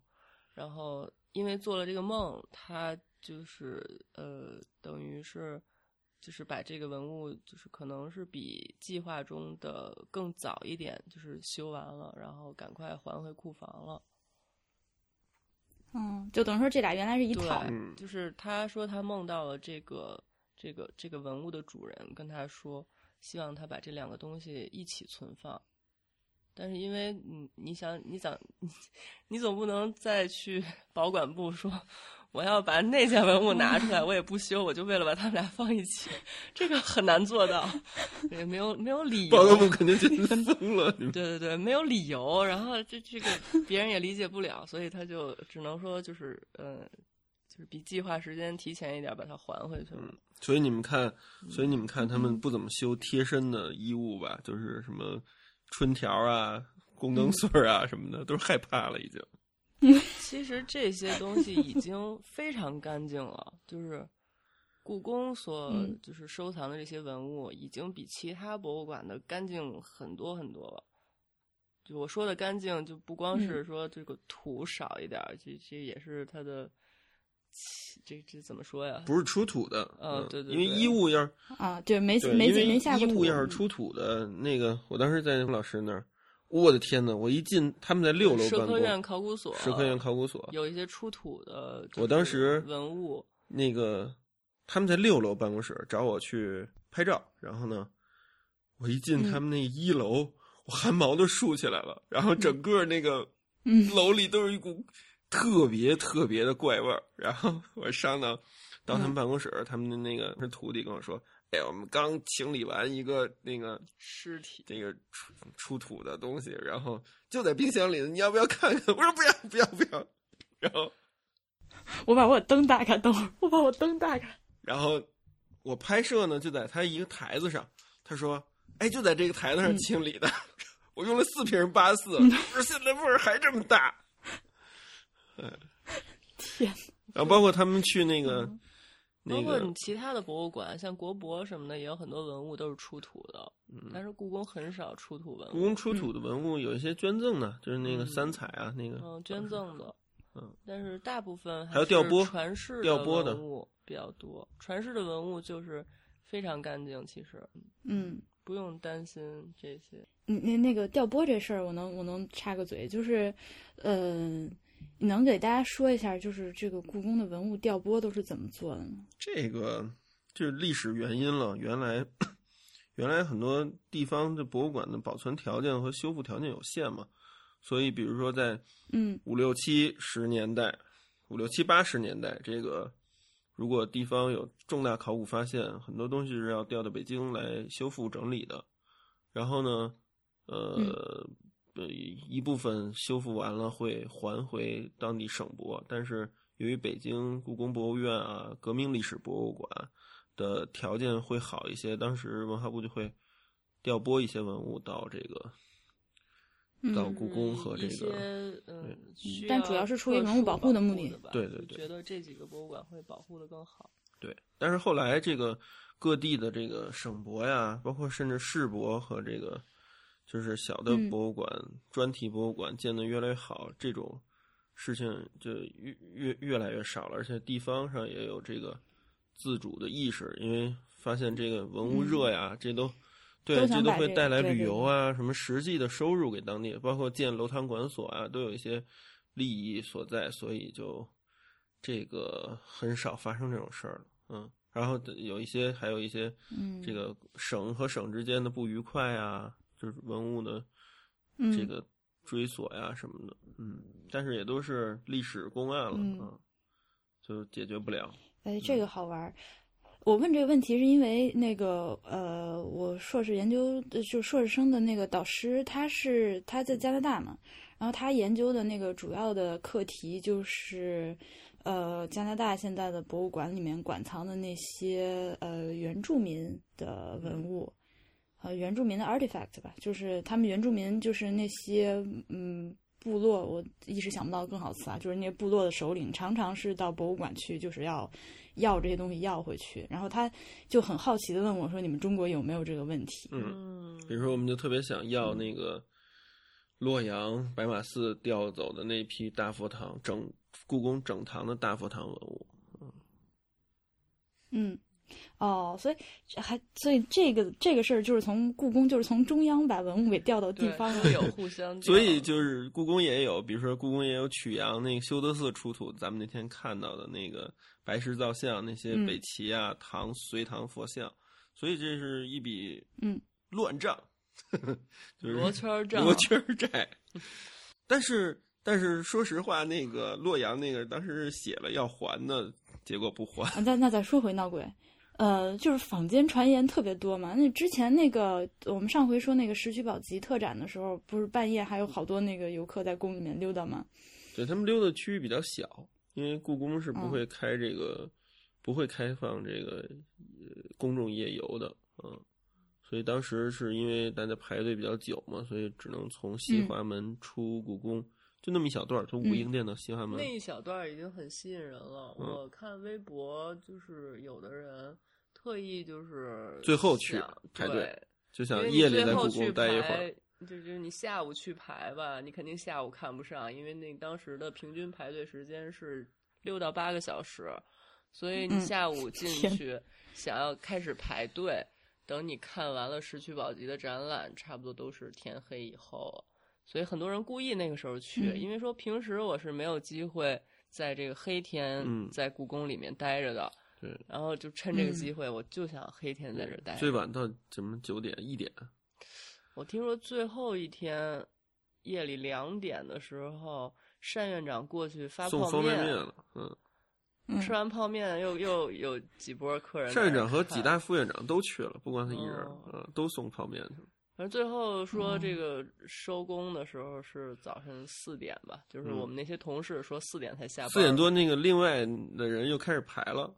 C: 然后因为做了这个梦，他就是呃，等于是就是把这个文物，就是可能是比计划中的更早一点，就是修完了，然后赶快还回库房了。
A: 嗯，就等于说这俩原来是一
C: 对
A: 套，
B: 嗯
C: 就是他说他梦到了这个这个这个文物的主人跟他说，希望他把这两个东西一起存放。但是因为你你想你想 你总不能再去 保管部说我要把那件文物拿出来，我也不修，我就为了把他们俩放一起，这个很难做到， 也没有没有理由。
B: 报告部肯 定觉得疯了，你们
C: 对对对，没有理由，然后这这个别人也理解不了，所以他就只能说就是呃，就是比计划时间提前一点把它还回去了。
B: 所以你们看，所以你们看他们不怎么修贴身的衣物吧，就是什么春条啊、躬
C: 嗯
B: 耕穗儿啊什么的，都是害怕了已经。
C: 其实这些东西已经非常干净了，就是故宫所
A: 嗯
C: 就是收藏的这些文物，已经比其他博物馆的干净很多很多了。就我说的干净，就不光是说这个土少一点儿，这这也是它的，这这怎么说呀？
B: 不是出土的，
C: 哦
B: 嗯
C: 对对
B: 因为
C: 对
B: 衣物要是
A: 啊，对，没
B: 对
A: 没
B: 因为
A: 没下过
B: 衣
A: 土
B: 物要
C: 嗯
B: 是出土的那个，我当时在老师那儿，我的天呐，我一进他们在六楼
C: 社
B: 办
C: 科
B: 公，
C: 院考古所，
B: 社科院考古所
C: 有一些出土的，
B: 我当时
C: 文物，
B: 那个他们在六楼办公室找我去拍照，然后呢，我一进
A: 嗯
B: 他们那一楼，我汗毛都竖起来了，然后整个那个
A: 嗯
B: 楼里都是一股特别特别的怪味儿。然后我上到到他
A: 嗯
B: 们办公室，他们的那个徒弟跟我说：“哎，我们刚清理完一个那个
C: 尸体，
B: 那个出出土的东西，然后就在冰箱里，你要不要看看？”我 说：“不要，不要，不要。”然后
A: 我把我灯打开，等会儿我把我灯打开。
B: 然后我拍摄呢就在他一个台子上，他说：“哎，就在这个台子
C: 嗯
B: 上清理的。 我用了四瓶八四，而现在味儿还这么大。嗯
A: 天，
B: 然后包括他们去那个、
C: 嗯包
B: 那
C: 括
B: 个
C: 你其他的博物馆，像国博什么的，也有很多文物都是出土的，但是故宫很少出土文
B: 嗯故
C: 物，
B: 宫出土的文物，有一些捐赠的，就是那个三彩啊，那个
C: 嗯嗯，捐赠的，
B: 嗯，
C: 但是大部分
B: 还有
C: 是
B: 调拨
C: 传世
B: 调拨的
C: 文物比较多，传世的文物就是非常干净，其实
A: 嗯，
C: 不用担心这些，
A: 你嗯那那个调拨这事儿，我能我能插个嘴，就是，呃，你能给大家说一下，就是这个故宫的文物调拨都是怎么做的吗？
B: 这个就是历史原因了。原来原来很多地方的博物馆的保存条件和修复条件有限嘛，所以比如说在
A: 嗯
B: 五六七十年代、五六七八十年代，这个如果地方有重大考古发现，很多东西是要调到北京来修复整理的。然后呢，呃，呃，一部分修复完了会还回当地省博，但是由于北京故宫博物院啊、革命历史博物馆的条件会好一些，当时文化部就会调拨一些文物到这个到
A: 嗯
B: 故宫和这
C: 一
B: 个。
C: 些嗯，需
A: 但主要是出于文物保
C: 保
A: 护的
C: 目
A: 目的
C: 吧
B: 对对
C: 就
B: 对
C: 觉得这几个博物馆会保护的更好。
B: 对，但是后来这个各地的这个省博呀，包括甚至市博和这个就是小的
A: 嗯
B: 博物馆、专题博物馆建的越来越好，这种事情就越越越来越少了，而且地方上也有这个自主的意识，因为发现这个文物热呀，这都。对，
A: 嗯都
B: 这
A: 想
B: 都
A: 把
B: 会
A: 这
B: 带来
A: 对
B: 旅
A: 对
B: 游啊，什么实际的收入给当地，包括建楼堂馆所啊，都有一些利益所在，所以就这个很少发生这种事儿了。嗯，然后有一些还有一些
A: 嗯，
B: 这个省和省之间的不愉快啊，就是文物的
A: 嗯
B: 这个追索呀、什么的，嗯，但是也都是历史公案了，
A: 嗯
B: 啊，就解决不了。
A: 哎，这个好玩儿。我问这个问题是因为那个呃，我硕士研究呃就硕士生的那个导师，他是他在加拿大嘛，然后他研究的那个主要的课题就是，呃，加拿大现在的博物馆里面馆藏的那些呃原住民的文物，呃原住民的 artifact 吧，就是他们原住民就是那些嗯部落，我一时想不到更好词啊，就是那些部落的首领常常是到博物馆去，就是要要这些东西要回去，然后他就很好奇的问我说：“你们中国有没有这个问题？”
B: 嗯，
C: 嗯
B: 比如说我们就特别想要那个洛阳白马寺调走的那批大佛堂整故宫整堂的大佛堂文物，
A: 嗯，哦，所以这还所以这个这个事儿就是从故宫，就是从中央把文物给调到地
C: 对，
A: 方
C: 都
A: 了。
C: 有互相调，
B: 所以就是故宫也有，比如说故宫也有曲阳那个修德寺出土，咱们那天看到的那个白石造像，那些
A: 嗯
B: 北齐啊、唐、隋唐佛像，所以这是一笔
A: 嗯
B: 乱账， 就是
C: 罗圈儿账
B: 罗，圈儿债。但是但是说实话，那个洛阳那个当时是写了要还的，结果不还。
A: 啊，那那再说回闹鬼，呃，就是坊间传言特别多嘛。那之前那个我们上回说那个石渠宝笈特展的时候，不是半夜还有好多那个游客在宫里面溜达吗？
B: 对他们溜的区域比较小，因为故宫是
C: 嗯
B: 不会开这个，不会开放这个、呃、公众夜游的，嗯，所以当时是因为大家排队比较久嘛，所以只能从西
A: 嗯
B: 华门出故宫，就那么一小段儿，从
A: 嗯
B: 武英殿到西华门
C: 那，一小段儿已经很吸引人了。
B: 嗯
C: 我看微博，就是有的人特意就是
B: 最后去
C: 想
B: 排队
C: 对，
B: 就
C: 因
B: 想
C: 为你
B: 夜里
C: 最
B: 在
C: 后
B: 故
C: 去
B: 宫待一会儿。
C: 排。就就是你下午去排吧，你肯定下午看不上，因为那当时的平均排队时间是六到八个小时，所以你
A: 嗯
C: 下午进
A: 天
C: 去、想要开始排队，等你看完了石渠宝笈的展览，差不多都是天黑以后了。所以很多人故意那个时候去，
A: 嗯
C: 因为说平时我是没有机会在这个黑天
B: 嗯
C: 在故宫里面待着的，
B: 对，
C: 然后就趁这个
A: 嗯
C: 机会，我就想黑天在这儿待着。
B: 最晚到什么九点一点，
C: 我听说最后一天夜里两点的时候，单院长过去发
B: 送
C: 泡
B: 方便面了，嗯，
A: 嗯
C: 吃完泡面又又有几波客人来看。
B: 单院长和几代副院长都去了，不光他一人儿，
C: 哦
B: 嗯，都送泡面去了。
C: 反正最后说
A: 嗯
C: 这个收工的时候是早上四点吧，就是
B: 嗯
C: 我们那些同事说四点才下班，
B: 四点，多，那个另外的人又开始排了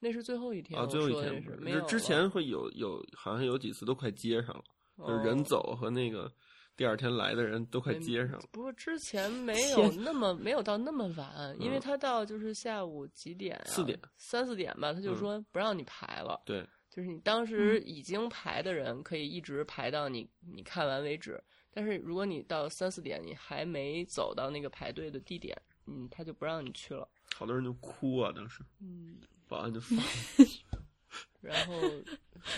C: 那是最后一天
B: 啊，
C: 我
B: 最后一
C: 说的
B: 天
C: 是
B: 不是，
C: 没
B: 就
C: 有
B: 是之
C: 了
B: 前会有有，好像有几次都快接上了，就是人
C: 哦
B: 走和那个第二天来的人都快
C: 没
B: 接上了。
C: 不是之 前没有那么没有到那么晚，因为
B: 嗯
C: 他到就是下午几点、啊？
B: 四点、嗯
C: 三四点吧，他就说不让你排了，
B: 对，
C: 就是你
B: 嗯
C: 当时已经排的人可以一直排到你你看完为止。但是如果你到三四点你还没走到那个排队的地点，嗯，他就不让你去了，
B: 好多人就哭啊，当时
C: 嗯。
B: 保安就 说
C: 然后，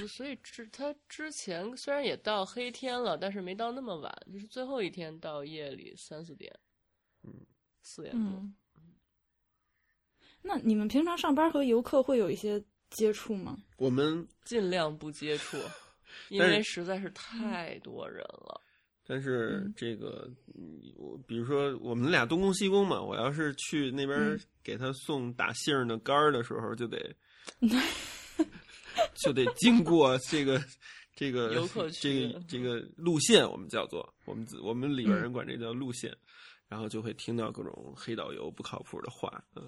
C: 就所以之他之前虽然也到黑天了，但是没到那么晚，就是最后一天到夜里三四点，
B: 嗯，
C: 四点多，
A: 嗯，那你们平常上班和游客会有一些接触吗？
B: 我们，
C: 尽量不 接触，因
B: 但
C: 为
B: 是嗯
C: 实在是太多人了。
B: 但是
A: 嗯
B: 这个嗯我比如说我们俩东宫西宫嘛，我要是去那边
A: 嗯
B: 给他送打杏儿的干儿的时候，就 得就得经过这个。这个
C: 游客区
B: 这个这个路线，我们叫做我们自我们里边
A: 嗯
B: 人管这叫路线，然后就会听到各种黑导游不靠谱的话，嗯，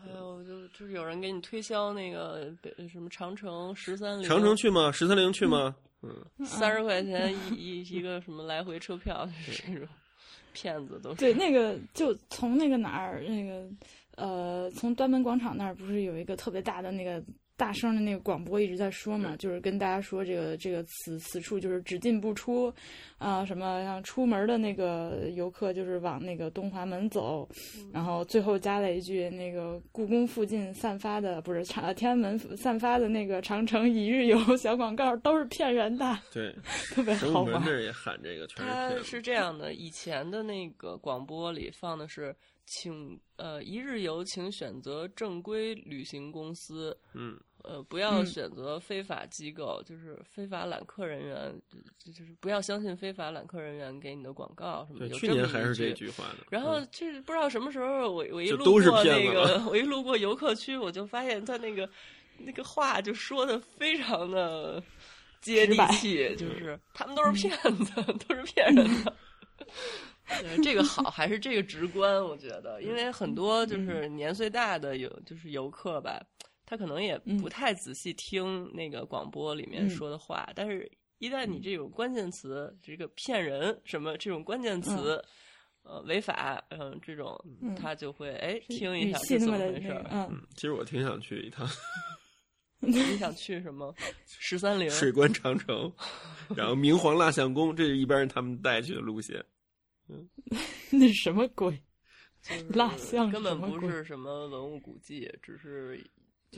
C: 还有哎就就是有人给你推销那个北什么长城十三陵，
B: 长城去吗？十三陵去吗？嗯，
C: 三十块钱一一 一个什么来回车票，就是这种骗子都是。
A: 对，那个就从那个哪儿，那个呃，从端门广场那儿不是有一个特别大的那个大声的那个广播一直在说嘛，就是跟大家说这个这个此此处就是只进不出，啊、什么像出门的那个游客就是往那个东华门走，
C: 嗯
A: 然后最后加了一句那个故宫附近散发的不是长天安门散发的那个长城一日游小广告都是骗人的，
B: 对，
A: 特别
B: 神
A: 好
B: 武门
A: 玩
B: 这。儿也喊这个，全是
C: 它
B: 骗子
C: 是这样的，以前的那个广播里放的是，请呃一日游，请选择正规旅行公司，
B: 嗯，
C: 呃，不要
A: 嗯
C: 选择非法机构，就是非法揽客人员，呃就就是不要相信非法揽客人员给你的广告什么
B: 对，
C: 的。有
B: 去
C: 这么
B: 年
C: 一
B: 还是这
C: 句。
B: 句话呢。嗯
C: 然后这不知道什么时候，我我一
B: 就
C: 路
B: 都是
C: 过
B: 骗
C: 那
B: 子
C: 个， 我一路过游客区，我就发现他那个那个话就说的非常的接地
A: 直白嗯
C: 气，
B: 嗯
C: 就是 他们都是骗子， 都是骗人的。
B: 嗯
C: 对这个好还是这个直观，我觉得，因为很多
B: 嗯
C: 就是年岁大的有就是游客吧，他可能也
A: 嗯
C: 不太仔细听那个广播里面
A: 嗯
C: 说的话，但是一旦
B: 嗯
C: 你这种关键词，这个骗人什么这种关键词，呃，违法，嗯、这种
A: 嗯
C: 他就会哎听一
A: 语
C: 下
A: 气那
C: 是怎
A: 么
C: 么
A: 的
C: 回
A: 那
C: 事
A: 个，
C: 儿。啊
A: 嗯，
B: 嗯，其实我挺想去一趟
C: 你想去 什么十三陵？
B: 水关长城，然后明皇蜡像宫，这是一般人他们带去的路线。
A: 那是什么鬼？
C: 就是
A: 蜡像
C: 根本
A: 什么
C: 不
A: 鬼
C: 是什么文物古迹，只是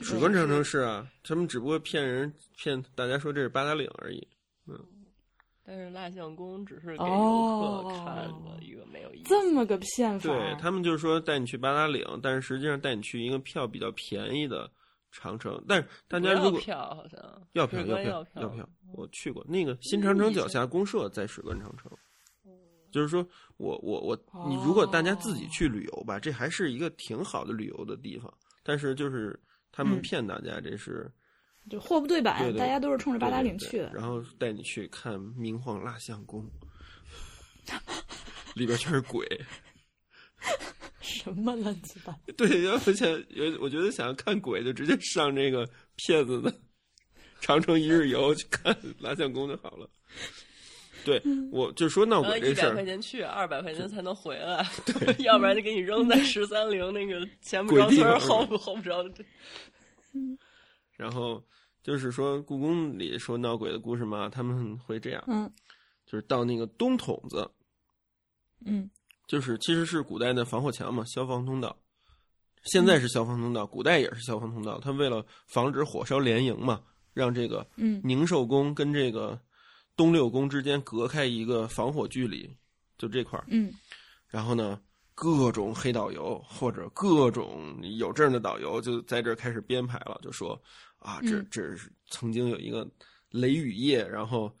B: 水关长城是啊，他们只不过骗人骗大家说这是八达岭而已。
C: 但是蜡像宫只是给游客
A: 哦
C: 看的一个没有意义。
A: 这么个骗法儿？
B: 对他们就是说带你去八达岭，但是实际上带你去一个票比较便宜的长城。但是大
C: 不
B: 家
C: 要
B: 如果
C: 票好像
B: 要
C: 水
B: 票
C: 关
B: 票
C: 票
B: 要票，我去过那个新长城脚下公社在水关长城，就是说我我我，你如果大家自己去旅游吧，这还是一个挺好的旅游的地方，但是就是他们
A: 嗯
B: 骗大家这是
A: 就货不对版，
B: 对对
A: 大家都是冲着八达岭
B: 对对
A: 去的。
B: 然后带你去看明皇蜡像宫，里边全是鬼，
A: 什么乱七八糟？
B: 对，要不想有我觉得想要看鬼就直接上这个骗子的长城一日游去看蜡像宫就好了。对，我就说那
C: 然后
B: 我
C: 呃一
B: 这事
C: 百
B: 儿
C: 块，钱去，二百块钱才能回来，要不然就给你扔在十三陵那个前不
B: 鬼
C: 着
B: 地
C: 村儿
B: 方
C: 后不后不着村。
B: 然后就是说故宫里说闹鬼的故事嘛，他们会这样，
A: 嗯
B: 就是到那个东筒子，
A: 嗯
B: 就是其实是古代的防火墙嘛，消防通道。现在是消防通道，古代也是消防通道。它为了防止火烧连营嘛，让这个
A: 嗯
B: 宁寿宫跟这个东六宫之间隔开一个防火距离，就这块儿。
A: 嗯
B: 然后呢，各种黑导游或者各种有证的导游就在这儿开始编排了，就说啊，这
A: 嗯
B: 这是曾经有一个雷雨夜，然后。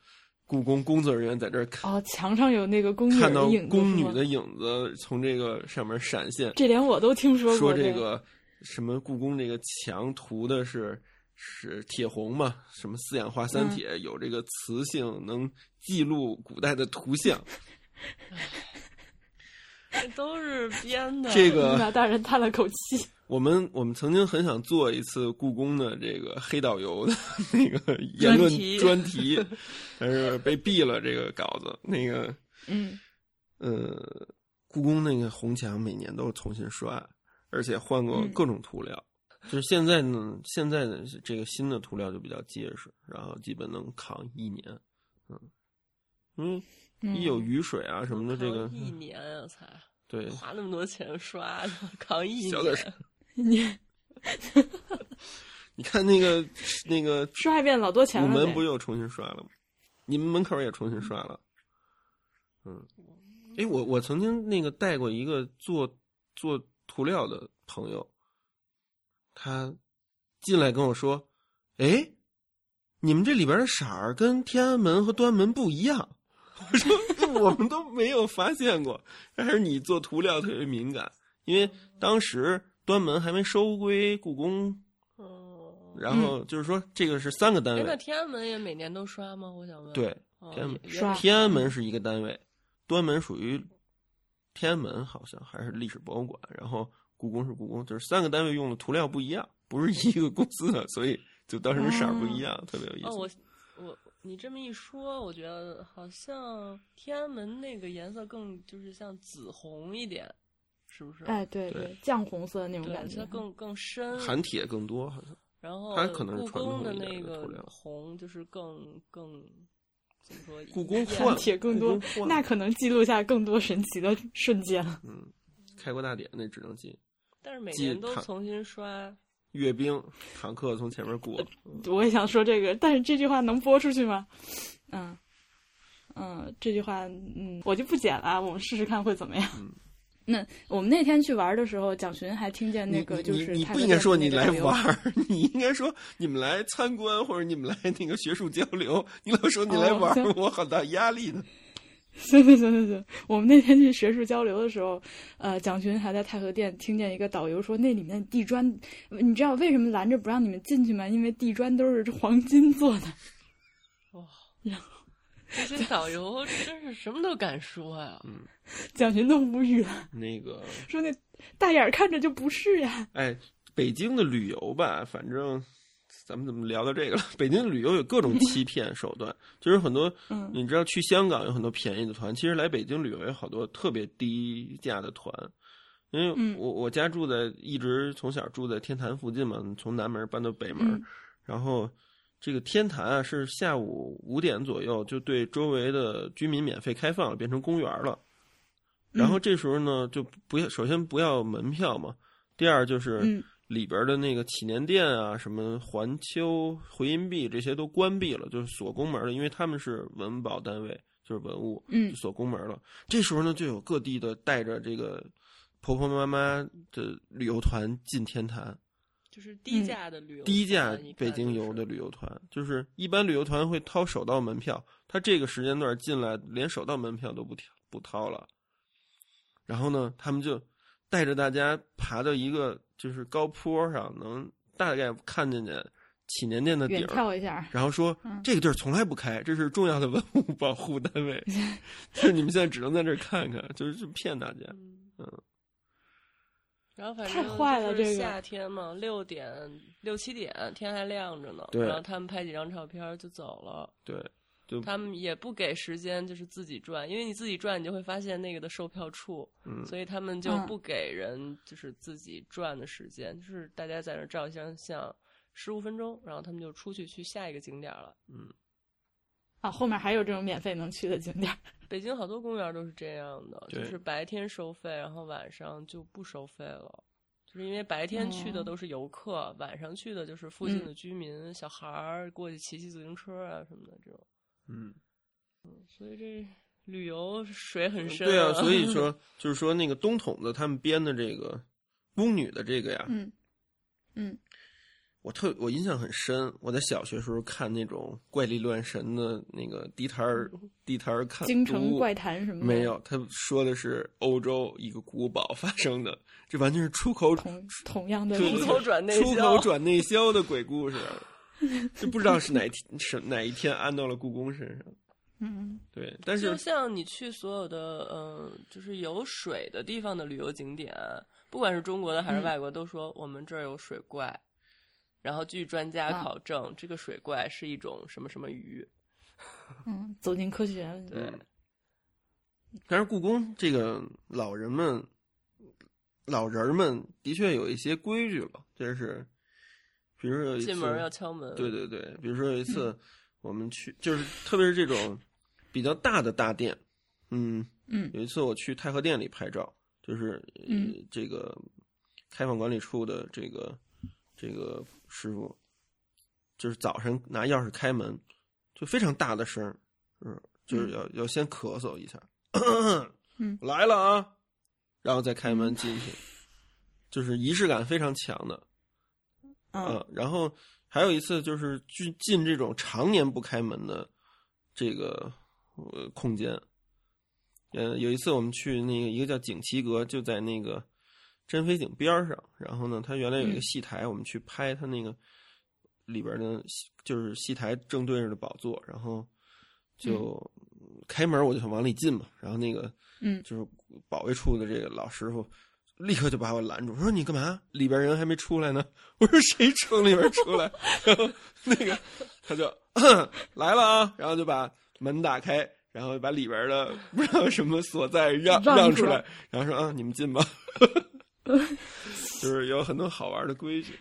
B: 故宫工作人员在这儿看。
A: 哦，墙上有那个宫女
B: 看
A: 的
B: 到
A: 影子
B: 宫
A: 是
B: 女
A: 吗
B: 的影子从这个上面闪现，
A: 这连我都听说过。
B: 说这
A: 对
B: 个什么故宫这个墙涂的是是铁红嘛，什么四氧化三
A: 嗯
B: 铁、有这个磁性，能记录古代的图像。
C: 这都是编的。
B: 这
A: 尼
B: 个
A: 玛大人叹了口气，
B: 我们我们曾经很想做一次故宫的这个黑导游的那个言论
C: 专题
B: 专题，但是被毙了这个稿子。那个
A: 嗯，
B: 呃，故宫那个红墙每年都重新刷，而且换过
A: 嗯
B: 各种涂料。就是现在呢，现在的这个新的涂料就比较结实，然后基本能扛一年。嗯，因为
A: 嗯
B: 一有雨水啊什么的，这个
C: 扛一年啊，才
B: 对
C: 花那么多钱刷，扛一年。
B: 小点声
A: 你
B: 你看那个那个
A: 刷一遍老多钱
B: 午
A: 了呗。
B: 门不又重新刷了吗？你们门口也重新刷了。嗯，哎，我我曾经那个带过一个做做涂料的朋友，他进来跟我说：“哎，你们这里边的色儿跟天安门和端门不一样。” 我说：“我们都没有发现过，但是你做涂料特别敏感，因为当时端门还没收归故宫。”
C: 嗯，
B: 然后就是说，这个是三个单位
C: 哎，。那天安门也每年都刷吗？我想问。
B: 呃对，
C: 哦，
B: 天安门
C: 也
A: 刷
B: 天安门是一个单位，端门属于天安门，好像还是历史博物馆。然后故宫是故宫，就是三个单位用的涂料不一样，不是一个公司的，所以就当时色儿不一样，特别有意
C: 哦，我
B: 思。
C: 我你这么一说，我觉得好像天安门那个颜色更就是像紫红一点，是不是？
A: 哎，对
B: 对
A: 酱红色的那种
C: 对，
A: 感觉
C: 它。更更深。
B: 含铁更多，好像
C: 然后
B: 它可能是
C: 故
B: 传统
C: 宫的
B: 一点
C: 那
B: 的
C: 个
B: 涂料
C: 红就是更更怎么说？
B: 故宫换
A: 钢铁更多
B: 故宫，换
A: 那可能记录下更多神奇的瞬间了。
B: 嗯，开国大典那只能进
C: 但是每
B: 记
C: 年都
B: 它
C: 重新刷。
B: 阅兵，坦克从前面
A: 呃
B: 过，
A: 我也想说这个，但是这句话能播出去吗？嗯嗯，这句话嗯，我就不剪了，我们试试看会怎么样。
B: 嗯
A: 那我们那天去玩的时候，蒋寻还听见那个
B: 你
A: 就是
B: 你你
A: 泰
B: 不
A: 戈
B: 应该
A: 登
B: 说
A: 的
B: 你
A: 那
B: 来
A: 个流
B: 玩儿，你应该说你们来参观或者你们来那个学术交流。你老说你来
A: 哦
B: 玩儿，
A: 行
B: 我很大压力呢。
A: 行行行行行，我们那天去学术交流的时候，呃，蒋勋还在太和殿听见一个导游说，那里面地砖，你知道为什么拦着不让你们进去吗？因为地砖都是黄金做的。
C: 哇，这些导游真是什么都敢说呀、
A: 蒋勋都无语了，
B: 那个
A: 说那大眼儿看着就不是呀。
B: 哎，北京的旅游吧，反正咱们怎么聊到这个了？ 北京的旅游有各种欺骗手段，就是很多，
A: 嗯
B: 你知道去香港有很多便宜的团，其实来北京旅游有好多特别低价的团。因为
A: 嗯
B: 我我家住在一直从小住在天坛附近嘛，从南门搬到北门，
A: 嗯
B: 然后这个天坛啊是下午五点左右就对周围的居民免费开放了，变成公园了。
A: 嗯
B: 然后这时候呢，就不要首先不要门票嘛，第二就是
A: 嗯
B: 里边的那个祈年殿啊、什么环丘、回音壁这些都关闭了，就是锁宫门了，因为他们是文保单位，就是文物，
A: 嗯
B: 就锁宫门了。这时候呢，就有各地的带着这个婆婆妈妈的旅游团进天坛，
C: 就是低价的旅游团，
B: 嗯低价
C: 一看
B: 北京
C: 就是
B: 游的旅游团，就是一般旅游团会掏首道门票，他这个时间段进来连首道门票都不挑不掏了。然后呢，他们就带着大家爬到一个就是高坡上，能大概看见见祈年殿的顶
A: 远
B: 儿，
A: 眺一下，
B: 然后说、
A: 嗯
B: 这个地儿从来不开，这是重要的文物保护单 位，就是你们现在只能在这儿看看，就是就骗大家。
C: 嗯
B: 嗯，
C: 然后反
A: 太
C: 正
A: 坏了
C: 就是
A: 这个
C: 夏天嘛，六点六七点天还亮着呢，
B: 对嗯
C: 然后他们拍几张照片就走了，
B: 对，就
C: 他们也不给时间，就是自己转，因为你自己转，你就会发现那个的售票处，
B: 嗯，
C: 所以他们就
A: 嗯
C: 不给人就是自己转的时间，就是大家在那儿照一张相。十五分钟，然后他们就出去去下一个景点了。
A: 啊，后面还有这种免费能去的景 点儿。
C: 北京好多公园都是这样的，就
B: 对
C: 是白天收费，然后晚上就不收费了，就是因为白天去的
A: 哦嗯
C: 都是游客，晚上去的就是附近的居民、小孩儿过去骑骑自行车啊什么的这种，
B: 嗯。
C: 所以这旅游水很深、
B: 对啊， 所以说就是说那个
A: 嗯
B: 东筒子他们编的这个宫女的这个呀，
A: 嗯嗯
B: 我特我印象很深，我在小学时候看那种怪力乱神的那个地摊儿地摊儿看
A: 京城
B: 读物
A: 怪嗯谈什么的
B: 没有，他说的是欧洲一个古堡发生的，这完全是出口
A: 同同样的
B: 对
A: 理
C: 出
A: 解
C: 口转内销
B: 出口转内销的鬼故事，就不知道是哪一天是哪一天安到了故宫身上。
A: 嗯，
B: 对，但
C: 就是像你去所有的嗯、呃就是有水的地方的旅游景点，不管是中国的还是
A: 嗯
C: 外国，都说我们这儿有水怪。然后据专家
A: 啊
C: 考证，这个水怪是一种什么什么鱼。
A: 嗯，走进科学，
C: 对，
B: 嗯但是故宫这个老人们、老人儿们的确有一些规矩了，就是比如说有一次
C: 进门要嗯敲门。
B: 对对对，比如说有一次我们去，就是特别是这种比较大的大殿，嗯，
A: 嗯
B: 有一次我去太和殿里拍照，就是、呃
A: 嗯
B: 这个开放管理处的这个这个师傅，就是早晨拿钥匙开门，就非常大的声儿，就是就是要、要先咳嗽一下，
A: 嗯
B: 来了啊，然后再开门进去，就是仪式感非常强的。
A: 嗯
B: 嗯，然后还有一次就是去进这种常年不开门的这个呃空间。呃，有一次我们去那个一个叫景祺阁，就在那个珍妃井边儿上。然后呢，它原来有一个
A: 嗯
B: 戏台，我们去拍它那个里边儿的戏，就是戏台正对着的宝座。然后就开门，我就想往里进嘛。然后那个
A: 嗯
B: 就是保卫处的这个老师傅，立刻就把我拦住，说你干嘛？里边人还没出来呢。我说谁从里边出来？然后那个他就来了啊，然后就把门打开，然后把里边的不知道什么所在让
A: 让
B: 让
A: 出
B: 出
A: 来
B: 来，然后说啊，你们进吧。 就是有很多好玩的规矩，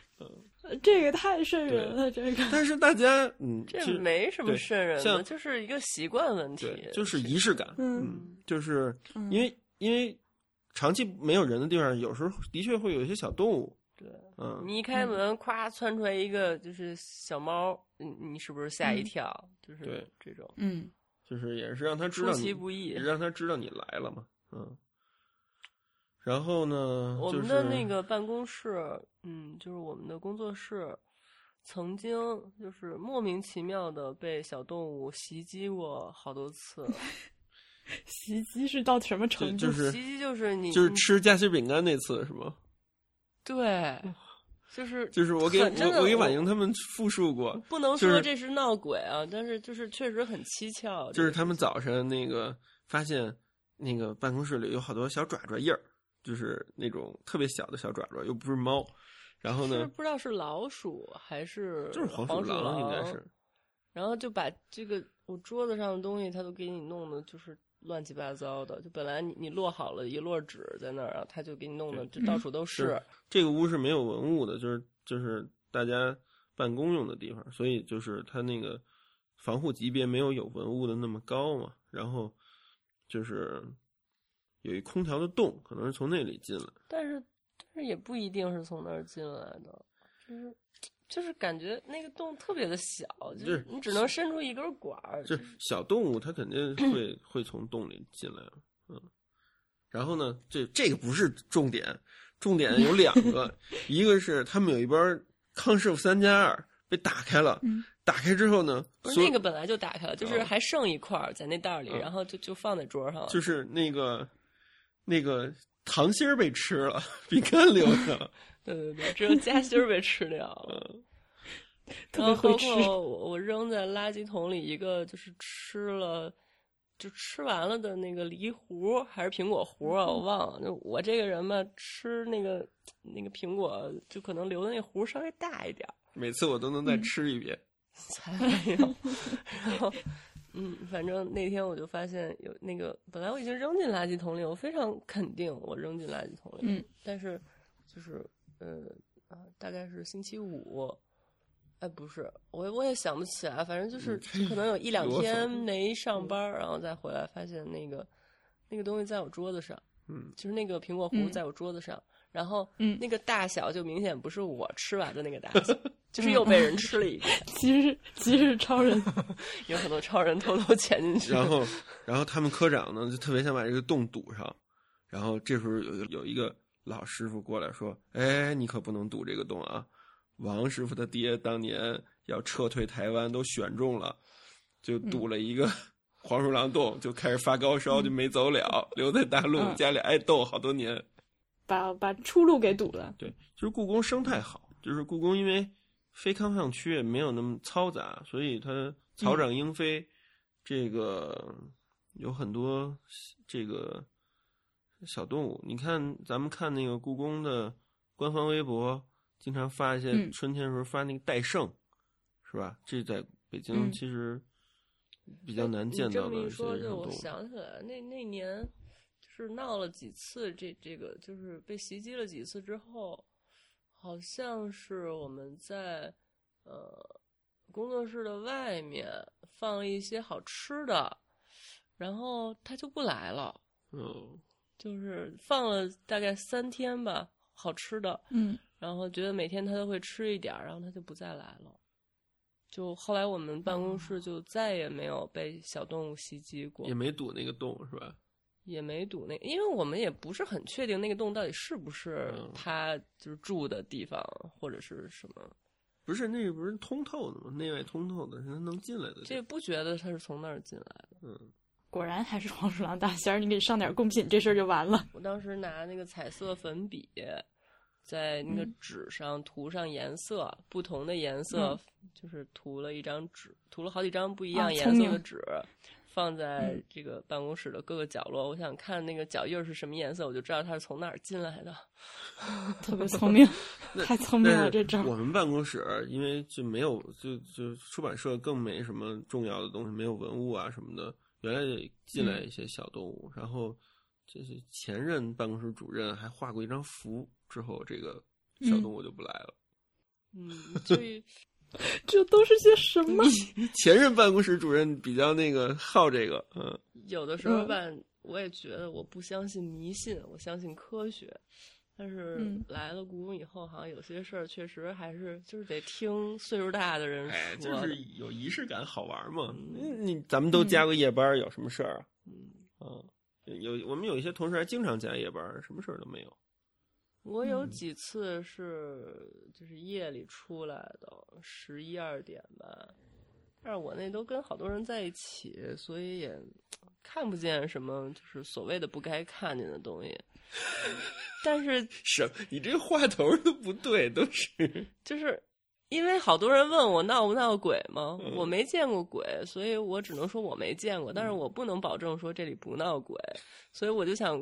A: 这个太瘆
B: 人
A: 人
B: 了
A: 了，这个
B: 但是大家嗯，
C: 这
B: 其实
C: 没什么
B: 对
C: 瘆人的，
B: 像
C: 就是一个习惯问题
B: 对，。就是仪式感，
A: 嗯
B: 就是
A: 嗯
B: 因为因为长期没有人的地方，有时候的确会有一些小动物，
C: 对，
B: 嗯，
C: 你一开门，咵窜出来一个就是小猫，你你是不是吓一
A: 嗯
C: 跳？就是
B: 对
C: 这种
A: 嗯
B: 就是也是让他知
C: 出
B: 道
C: 其
B: 你，
C: 不意
B: 也。让他知道你来了嘛，嗯。然后呢，
C: 我
B: 就是
C: 们的那个办公室，嗯，就是我们的工作室，曾经就是莫名其妙的被小动物袭击过好多次。
A: 袭击是到什么程度？
B: 就就是
C: 袭击就是你
B: 就是
C: 你
B: 吃夹心饼干那次是吗？
C: 对，就是
B: 就是我给
C: 很真
B: 我
C: 的
B: 我给婉莹他们复述过，
C: 不能
B: 就是
C: 说这是闹鬼啊，但是就是确实很蹊跷。
B: 就是
C: 这个
B: 他们早晨那个发现那个办公室里有好多小爪爪印儿，就是那种特别小的小爪爪，又不是猫。然后
C: 是
B: 呢，
C: 不知道是老鼠还是
B: 就是
C: 黄
B: 鼠
C: 狼，
B: 应该是。。
C: 然后就把这个我桌子上的东西，他都给你弄的，就是乱七八糟的。就本来你你落好了一摞纸在那儿，然后他就给你弄的，就到处都是
B: 是。这个屋是没有文物的，就是就是大家办公用的地方，所以就是它那个防护级别没有有文物的那么高嘛。然后就是有一空调的洞，可能是从那里进来。
C: 但是但是也不一定是从那儿进来的，就是。就是感觉那个洞特别的小，就
B: 就是
C: 是你只能伸出一根管儿，
B: 就是小动物，它肯定会会从洞里进来，嗯。然后呢，这这个不是重点，重点有两 个，一个是他们有一本康师傅三加二被打开了，
A: 嗯
B: 打开之后呢，
C: 不是
B: 所有
C: 那个本来就打开了，就是
B: 哦
C: 还剩一块儿在那袋儿里，
B: 嗯
C: 然后就就放在桌上了。
B: 就是那个那个糖心儿被吃了，饼干留下了，
C: 对对对，只有夹心儿被吃掉了。
B: 嗯
A: 特
C: 然
A: 别会
C: 后包
A: 吃，
C: 括我我扔在垃圾桶里一个就是吃了就吃完了的那个梨核还是苹果核啊，我
B: 嗯
C: 忘了。就我这个人吧，吃那个那个苹果就可能留的那核稍微大一点儿，
B: 每次我都能再吃一遍，
C: 才没有。然后嗯，反正那天我就发现有那个本来我已经扔进垃圾桶里，我非常肯定我扔进垃圾桶里，
A: 嗯
C: 但是就是呃啊，大概是星期五，哎，不是，我我也想不起来，反正就是就可能嗯有一两
B: 啰嗦
C: 天没上班儿，然后再回来发现那个那个东西在我桌子上，
B: 嗯，
C: 就是那个苹果核
A: 嗯
C: 在我桌子上，然后
A: 嗯
C: 那个大小就明显不是我吃完的那个大 小，就是又被人吃了一个，
A: 其实其实是超人，
C: 有很多超人偷偷潜进去，
B: 然后，然后他们科长呢就特别想把这个洞堵上，然后这时候有有一个老师傅过来说：“哎，你可不能堵这个洞啊！王师傅他爹当年要撤退台湾都选中了，就堵了一个黄鼠狼洞，就开始发高烧，就没走了，留在大陆
A: 嗯
B: 家里挨斗好多年。
A: 把把出路给堵了。
B: 对，就是故宫生态好，就是故宫因为非开放区也没有那么嘈杂，所以它草长莺飞，这个有很多这个小动物。你看，咱们看那个故宫的官方微博，经常发一些
A: 嗯
B: 春天的时候发那个戴胜，是吧？这在北京
A: 嗯
B: 其实比较难
C: 你
B: 见
C: 这
B: 到
C: 么
B: 的
C: 一
B: 一些小
C: 说，就
B: 动
C: 我
B: 物。
C: 想起来，那那年就是闹了几次这这个，就是被袭击了几次之后，好像是我们在呃工作室的外面放了一些好吃的，然后他就不来了，
B: 嗯，
C: 就是放了大概三天吧，好吃的，
A: 嗯，
C: 然后觉得每天他都会吃一点儿，然后他就不再来了。就后来我们办公室就再也没有被小动物袭击过，
B: 哦也没堵那个洞，是吧？
C: 也没堵那，因为我们也不是很确定那个洞到底是不是
B: 嗯
C: 他就是住的地方或者是什么，
B: 不是，那不是通透的吗？内外通透的，是它能进来的地方。
C: 这不觉得他是从那儿进来的。
A: 果然还是黄鼠狼大仙儿，你给上点贡品，这事儿就完 了。
C: 我当时拿那个彩色粉笔，在那个
A: 嗯
C: 纸上涂上颜色，不同的颜色、就是涂了一张纸，涂了好几张不一
A: 嗯啊
C: 样颜
A: 聪
C: 色的
A: 明
C: 纸，放在
A: 嗯
C: 这个办公室的各个角落。我想看那个脚印儿是什么颜色，我就知道它是从哪儿进来的。
A: 特别聪 明，
B: 那
A: 太聪明
B: 但
A: 了
C: 啊
B: 是
A: 这招儿。
B: 我们办公室因为就没有，就就出版社更没什么重要的东西，没有文物啊什么的。原来也进
C: 嗯
B: 来一些小动物，然后这是前任办公室主任还画过一张符，之后这个小动物就不来了。
C: 嗯，所 以
A: 这都是些什么？
B: 前任办公室主任比较那个好这个，嗯，
C: 有的时候
A: 嗯
C: 吧，我也觉得我不相信迷信，我相信科学。但是
A: 嗯
C: 来了故宫以后，好像有些事儿确实还是就是得听岁数大的人
B: 哎，
C: 说
B: 就
C: 的。
B: 是有仪式感，好玩嘛。
C: 嗯
B: 你咱们都加过夜班，有什么事儿啊？
C: 嗯，
B: 嗯，有我们有一些同事还经常加夜班，什么事儿都没有。
C: 我有
A: 嗯
C: 几次是就是夜里出来的，十一二点吧。但是我那都跟好多人在一起，所以也看不见什么就是所谓的不该看见的东西。 但是
B: 什？你这话头都不对，都是
C: 就是因为好多人问我闹不闹鬼吗？
B: 嗯
C: 我没见过鬼，所以我只能说我没见过，但是我不能保证说这里不闹鬼，所以我 就想，